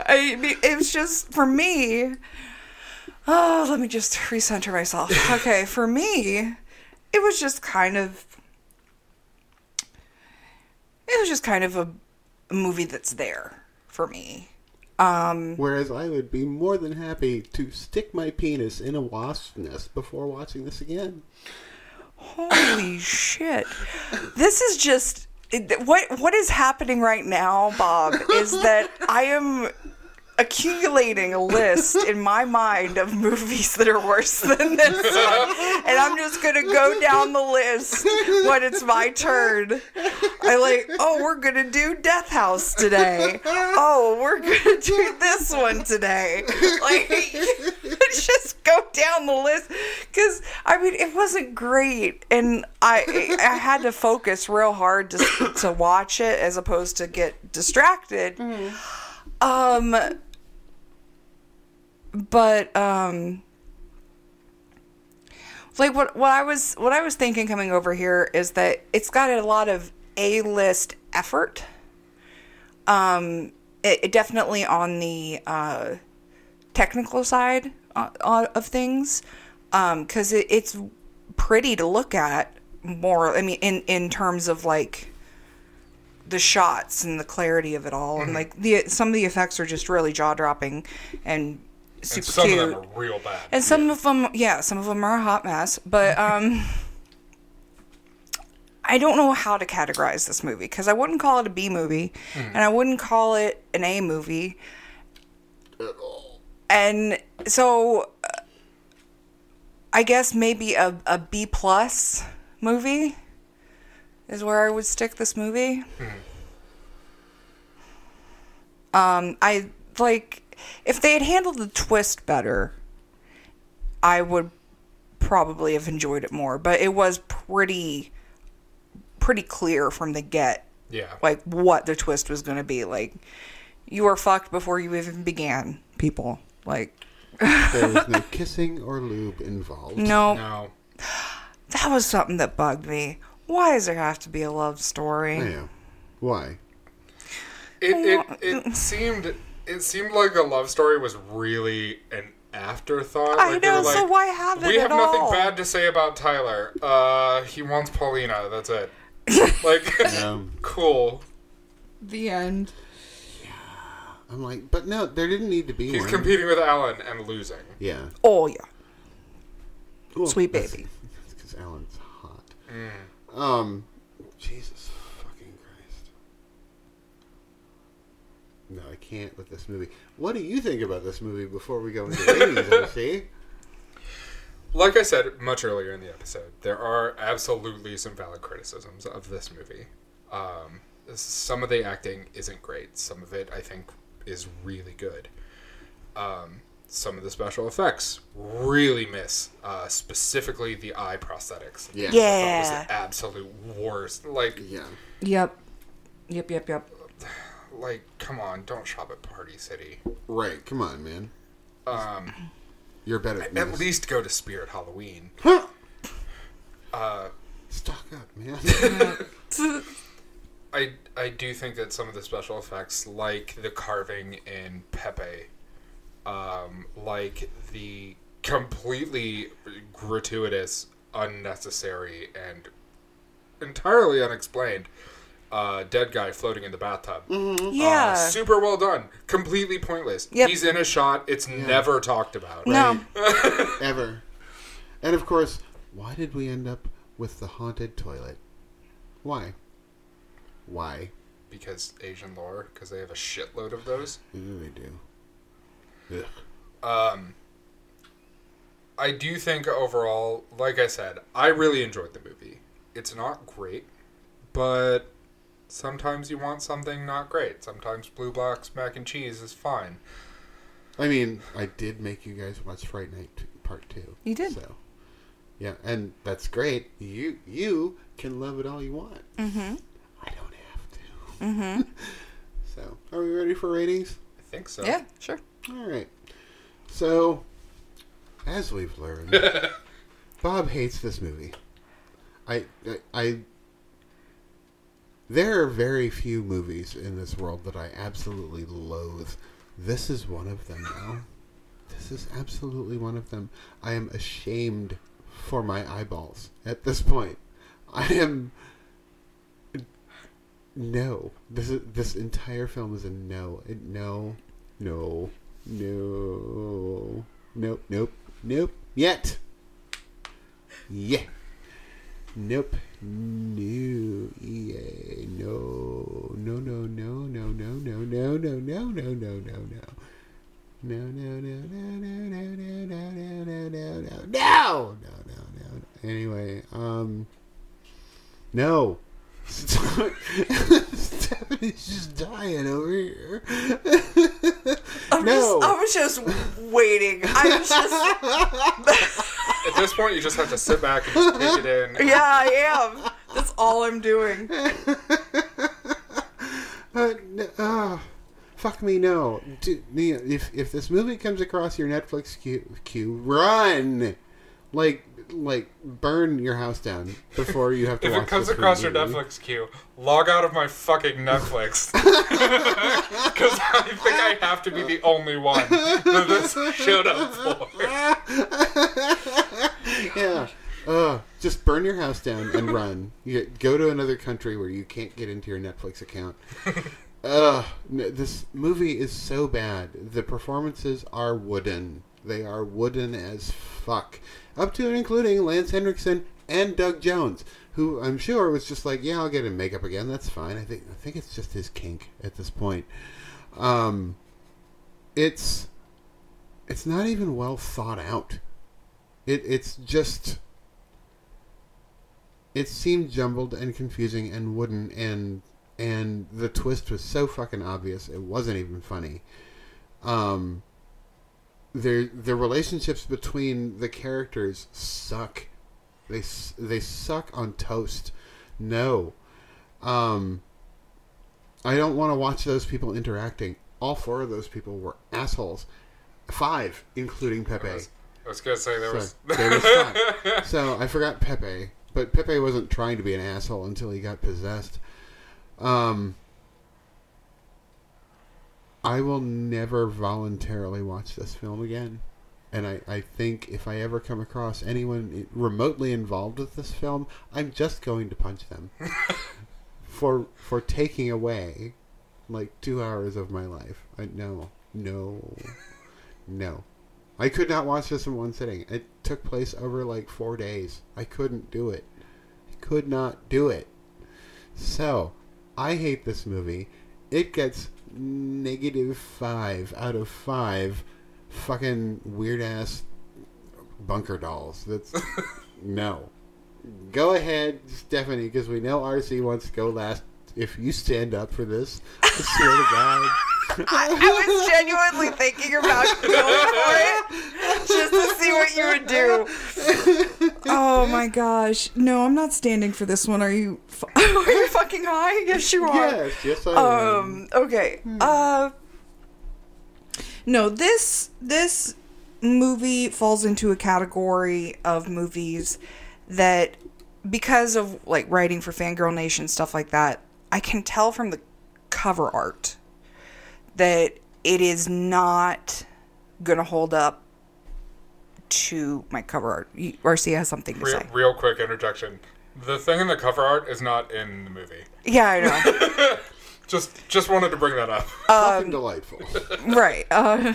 I mean, it's just for me. Oh, let me just recenter myself. Okay, for me, it was just kind of. It was just kind of a, a movie that's there for me. Um, Whereas I would be more than happy to stick my penis in a wasp's nest before watching this again. Holy shit! This is just it- what what is happening right now, Bob. Is that I am accumulating a list in my mind of movies that are worse than this one, and I'm just gonna go down the list when it's my turn. I like, oh, we're gonna do Death House today. Oh, we're gonna do this one today. Like. just go down the list because I mean it wasn't great, and I I had to focus real hard to to watch it as opposed to get distracted. Um, but um, like what what I was what I was thinking coming over here is that it's got a lot of A list effort. Um, it, it definitely on the uh technical side uh, uh, of things because it, it's pretty to look at more i mean in in terms of like the shots and the clarity of it all Mm-hmm. and like the some of the effects are just really jaw-dropping and super And some cute of them are real bad. and some of them yeah some of them are a hot mess but um i don't know how to categorize this movie because i wouldn't call it a b movie and i wouldn't call it an a movie and so uh, i guess maybe a, a b plus movie is where i would stick this movie um i like if they had handled the twist better i would probably have enjoyed it more but it was pretty pretty clear from the get yeah. like what the twist was going to be like you were fucked before you even began people like There was no kissing or lube involved. no no. that was something that bugged me why does there have to be a love story Yeah. Why? Oh, It, it, it seemed it seemed like the love story was really an afterthought. I Like, they were know, so like, why have it We have at nothing all?" bad to say about Tyler. Uh, he wants Paulina. That's it. Like, Um, cool. the end. I'm like, but no, there didn't need to be He's one. competing with Alan and losing. yeah. oh yeah Well, Sweet that's- baby. That's because Alan's hot. Um, Jesus fucking Christ. No, I can't with this movie. What do you think about this movie before we go into ladies, MC? Like I said much earlier in the episode, there are absolutely some valid criticisms of this movie. Um, this- some of the acting isn't great. Some of it, I think, is really good. Um, some of the special effects really miss, uh, specifically the eye prosthetics. Yeah. That was yeah the absolute worst. Like, Yeah. Yep. Yep, yep, yep. like, come on, don't shop at Party City. Right. Come on, man. Um, You're better than At this. least go to Spirit Halloween. Huh! Uh, Stock up, man. I I do think that some of the special effects, like the carving in Pepe, um, like the completely gratuitous, unnecessary, and entirely unexplained uh, dead guy floating in the bathtub. Yeah. Uh, super well done. Completely pointless. Yep. He's in a shot. It's never talked about. no. Ever. And of course, why did we end up with the haunted toilet? Why? Why? Because Asian lore, because they have a shitload of those. What do they do? Ugh. Um, I do think overall, like I said, I really enjoyed the movie. It's not great, but sometimes you want something not great. Sometimes Blue Box mac and cheese is fine. I mean, I did make you guys watch Fright Night t- Part Two. You did. So, yeah, and that's great. You you can love it all you want. Mm-hmm. I don't have to. Mm-hmm. so, are we ready for ratings? I think so. Yeah, sure. All right. So, as we've learned, Bob hates this movie. I, I, I- There are very few movies in this world that I absolutely loathe. This is one of them, though. This is absolutely one of them. I am ashamed for my eyeballs at this point. I am. No, this is this entire film is a no. It- No, no, no, nope, nope, nope. Yet, yeah, nope, no, yeah, no, no, no, no, no, no, no, no, no, no, no, no, no, no. No, no, no, no, no, no, no, no, no, no, no, no, no, no, no, no. Anyway, um, no. Stephanie's just dying over here. I'm no. just, I was just waiting. I was just, At this point, you just have to sit back and just take it in. yeah, I am. That's all I'm doing. Uh, n- ah, fuck me, no. Do, Nia, if if this movie comes across your Netflix queue, queue run, like like burn your house down before you have to. If watch it comes this across your movie. Netflix queue, log out of my fucking Netflix. Because I think I have to be the only one that this showed up for. yeah. Uh, just burn your house down and run. You go to another country where you can't get into your Netflix account. Ugh, n- this movie is so bad. The performances are wooden. They are wooden as fuck. Up to and including Lance Henriksen and Doug Jones, who I'm sure was just like, "Yeah, I'll get in makeup again. That's fine." I think I think it's just his kink at this point. Um, it's it's not even well thought out. It it's just it seemed jumbled and confusing and wooden and and the twist was so fucking obvious it wasn't even funny. Um their the relationships between the characters suck. They s- they suck on toast. No. Um I don't want to watch those people interacting. All four of those people were assholes. Five, including Pepe. I was going to say there was. So, there was five. so I forgot Pepe, but Pepe wasn't trying to be an asshole until he got possessed. Um, I will never voluntarily watch this film again. And I, I think if I ever come across anyone i- remotely involved with this film, I'm just going to punch them for for taking away like two hours of my life. I, no, no, no. I could not watch this in one sitting. It took place over like four days. I couldn't do it. I could not do it. So, I hate this movie. It gets negative five out of five fucking weird ass bunker dolls. That's no. Go ahead, Stephanie, because we know RC wants to go last. If you stand up for this, I swear to God. I, I was genuinely thinking about going for it just to see what you would do. Oh my gosh. No, I'm not standing for this one. Are you, fu- are you fucking high? Yes, you are. Yes, yes, I am. um okay uh no this this movie falls into a category of movies that because of like writing for fangirl nation stuff like that I can tell from the cover art that it is not going to hold up to my cover art. You- RC has something to Real, say. real quick interjection. The thing in the cover art is not in the movie. Yeah, I know. Just just wanted to bring that up. Fucking delightful. right. Uh,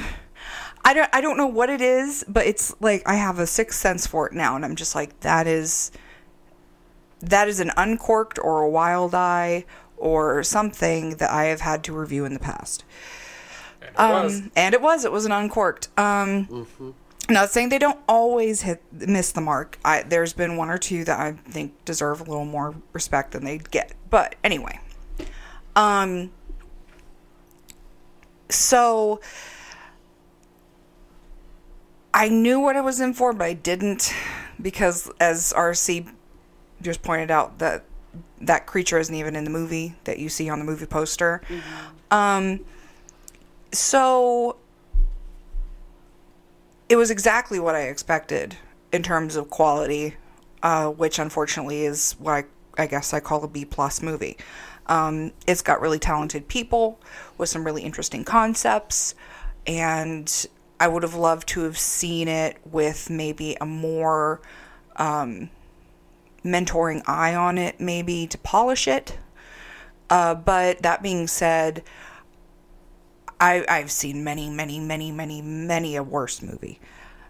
I don't. I don't know what it is, but it's like I have a sixth sense for it now, and I'm just like that is. That is an uncorked or a wild eye or something that I have had to review in the past. And it was. Um, and it was. It was an uncorked. Um, Not saying they don't always hit miss the mark. I, there's been one or two that I think deserve a little more respect than they get. But anyway, um, so I knew what I was in for, but I didn't because, as RC just pointed out, that that creature isn't even in the movie that you see on the movie poster. Um so it was exactly what I expected in terms of quality, uh, which unfortunately is what I, I guess I call a B plus movie. Um, it's got really talented people with some really interesting concepts, and I would have loved to have seen it with maybe a more um, mentoring eye on it, maybe to polish it. Uh, but that being said, I, I've seen many, many, many, many, many a worse movie.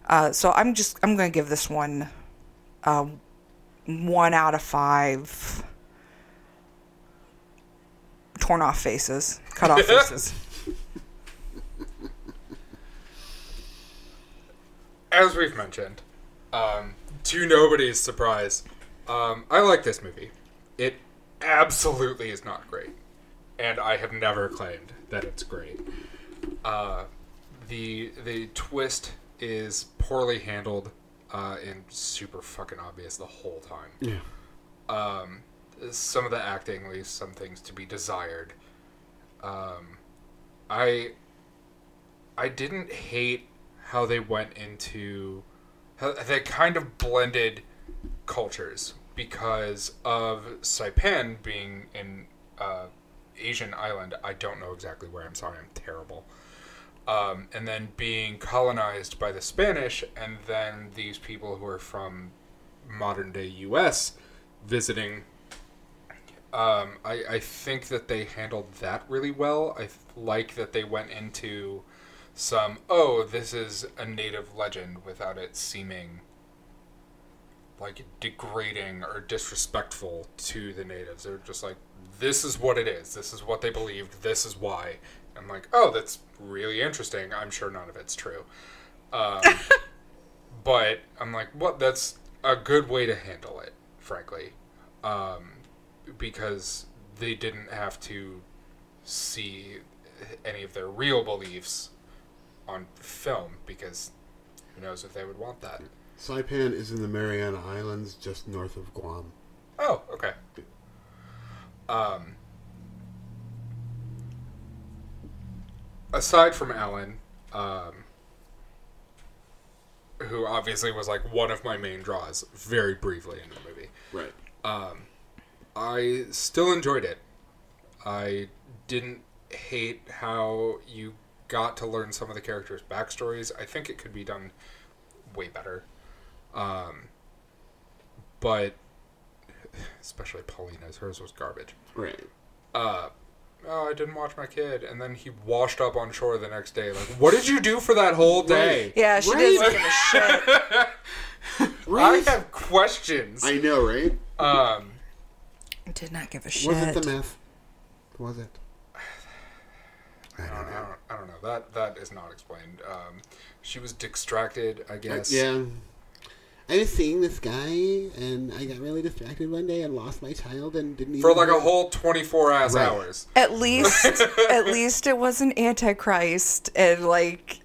Uh, so I'm just I'm gonna give this one uh, one out of five torn off faces, cut off faces. as we've mentioned, um, to nobody's surprise, um, I like this movie. It absolutely is not great, and I have never claimed that it's great. Uh, the the twist is poorly handled uh, and super fucking obvious the whole time. Yeah. Um, some of the acting leaves some things to be desired. Um, I I didn't hate how they went into how they kind of blended cultures because of Saipan being an uh, Asian island. I don't know exactly where. I'm sorry, I'm terrible. Um, and then being colonized by the Spanish, and then these people who are from modern day U.S. visiting um, I, I think that they handled that really well. I th- like that they went into some, oh, this is a native legend without it seeming like degrading or disrespectful to the natives. They're just like, this is what it is. This is what they believed. This is why. I'm like, oh, that's really interesting. I'm sure none of it's true. Um, but I'm like, what? That's a good way to handle it, frankly. Um, because they didn't have to see any of their real beliefs on film because who knows if they would want that. Saipan is in the Mariana Islands, just north of Guam. Oh, okay. Um, aside from Alan, um, who obviously was like one of my main draws very briefly in the movie, Right. I still enjoyed it. I didn't hate how you got to learn some of the characters' backstories. I think it could be done way better. Um, but especially Paulina's, hers was garbage. Right. Uh, oh, I didn't watch my kid, and then he washed up on shore the next day. Like, what did you do for that whole day? Yeah, she Right. doesn't give a shit. I Right. have questions. I know, right? um, Did not give a Was it shit. the meth? Was it? I I don't don't, I know. don't, I don't know. That that is not explained. Um, she was distracted, I I- guess. Uh, yeah. I was seeing this guy, and I got really distracted one day and lost my child and didn't For even like a know- whole 24 ass Right. hours. At least, at least it wasn't Antichrist, and like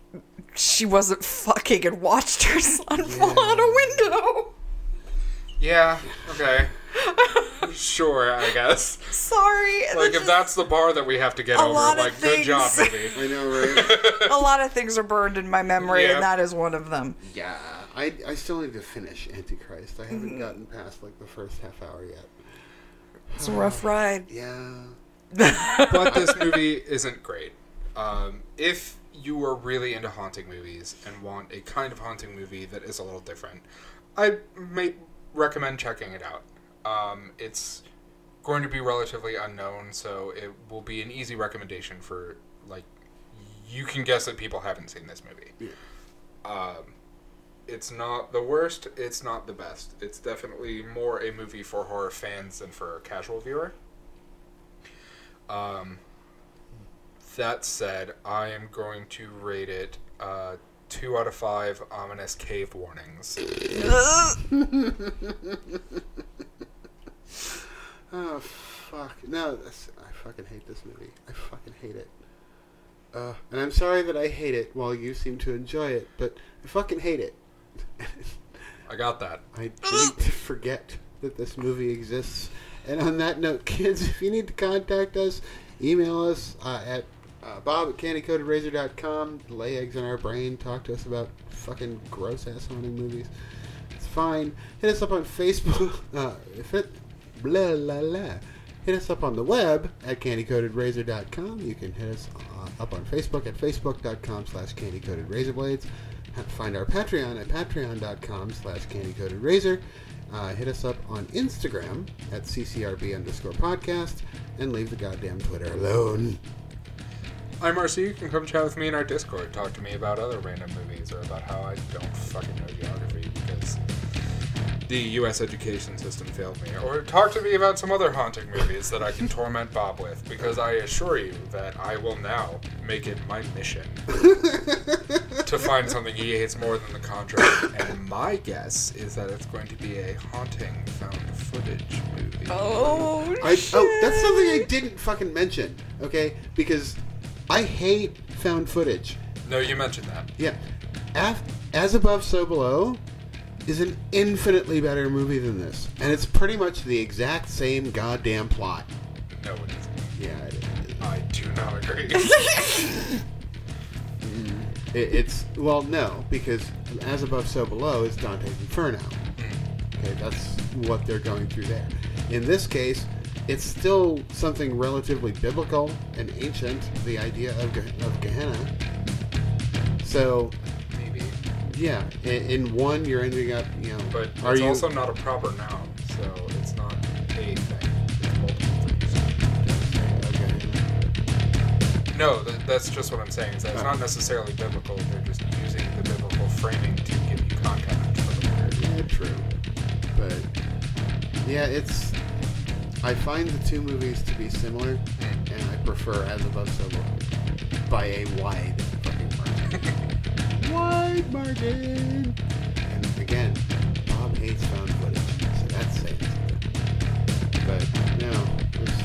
she wasn't fucking and watched her son fall out a window. Yeah. Okay. sure, I guess. Sorry. Like This if is- that's the bar that we have to get A over, lot of like good job, things. movie. I know, right? a lot of things are burned in my memory, Yeah. and that is one of them. yeah. I, I still need to finish Antichrist. I haven't gotten past like the first half hour yet. It's a rough ride. Oh, Yeah. but this movie isn't great. Um, if you are really into haunting movies and want a kind of haunting movie that is a little different, I may recommend checking it out. Um, it's going to be relatively unknown, so it will be an easy recommendation for like you can guess that people haven't seen this movie. Um, it's not the worst. It's not the best. It's definitely more a movie for horror fans than for a casual viewer. Um, that said, I am going to rate it uh, two out of five ominous cave warnings. Oh fuck! No, that's, I fucking hate this movie. I fucking hate it. Uh, and I'm sorry that I hate it while you seem to enjoy it, but I fucking hate it. I got that. I need to forget that this movie exists. And on that note, kids, if you need to contact us, email us uh, at uh, bob at candycoatedrazor.com. Lay eggs in our brain. Talk to us about fucking gross ass haunting movies. It's fine. Hit us up on Facebook. Uh, if it, blah, blah, blah. Hit us up on the web at candycoatedrazor.com. You can hit us uh, up on Facebook at facebook.com slash candycoatedrazorblades. Ha- Find our Patreon at patreon.com slash candycoatedrazor. Uh, hit us up on Instagram at ccrb underscore podcast and leave the goddamn Twitter alone. I'm RC. You can come chat with me in our Discord. Talk to me about other random movies or about how I don't fucking know geography because the U.S. education system failed me. Or talk to me about some other haunting movies that I can torment Bob with because I assure you that I will now make it my mission to find something he hates more than the contract. And my guess is that it's going to be a haunting found footage movie. Oh, I, oh, that's something I didn't fucking mention, okay? Because I hate found footage. No, you mentioned that. Yeah. Af- As Above, So Below is an infinitely better movie than this. And it's pretty much the exact same goddamn plot. No, it isn't. Yeah, it, it, I do not agree. it- it's. Well, no, because As Above, So Below is Dante's Inferno. Mm. Okay, that's what they're going through there. In this case, it's still something relatively biblical and ancient, the idea of, Ge- of Gehenna. So, Maybe. Yeah, in, in one you're ending up, you know. But are it's you? also not a proper noun, so it's not a thing. It's multiple things. okay. No, th- that's just what I'm saying. Is that it's not necessarily biblical. They're just using the biblical framing to give you context for the word. Yeah, true. But yeah, it's. I find the two movies to be similar, and I prefer As Above, So Below by a wide fucking margin. wide margin. And again, Bob hates found footage, so that's saying something. But no, it's,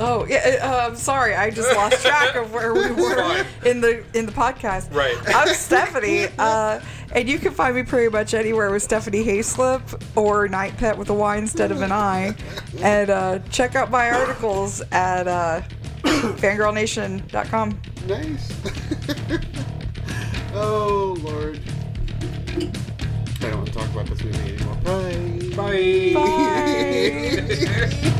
oh yeah. uh, I'm sorry, I just lost track of where we were Fine. in the in the podcast. Right. I'm Stephanie, uh, and you can find me pretty much anywhere with Stephanie Hayslip or Night Pet with a Y instead of an I. And uh, check out my articles at uh, fangirlnation.com. Nice. oh lord. I don't want to talk about this movie anymore. Bye. Bye. Bye. Bye.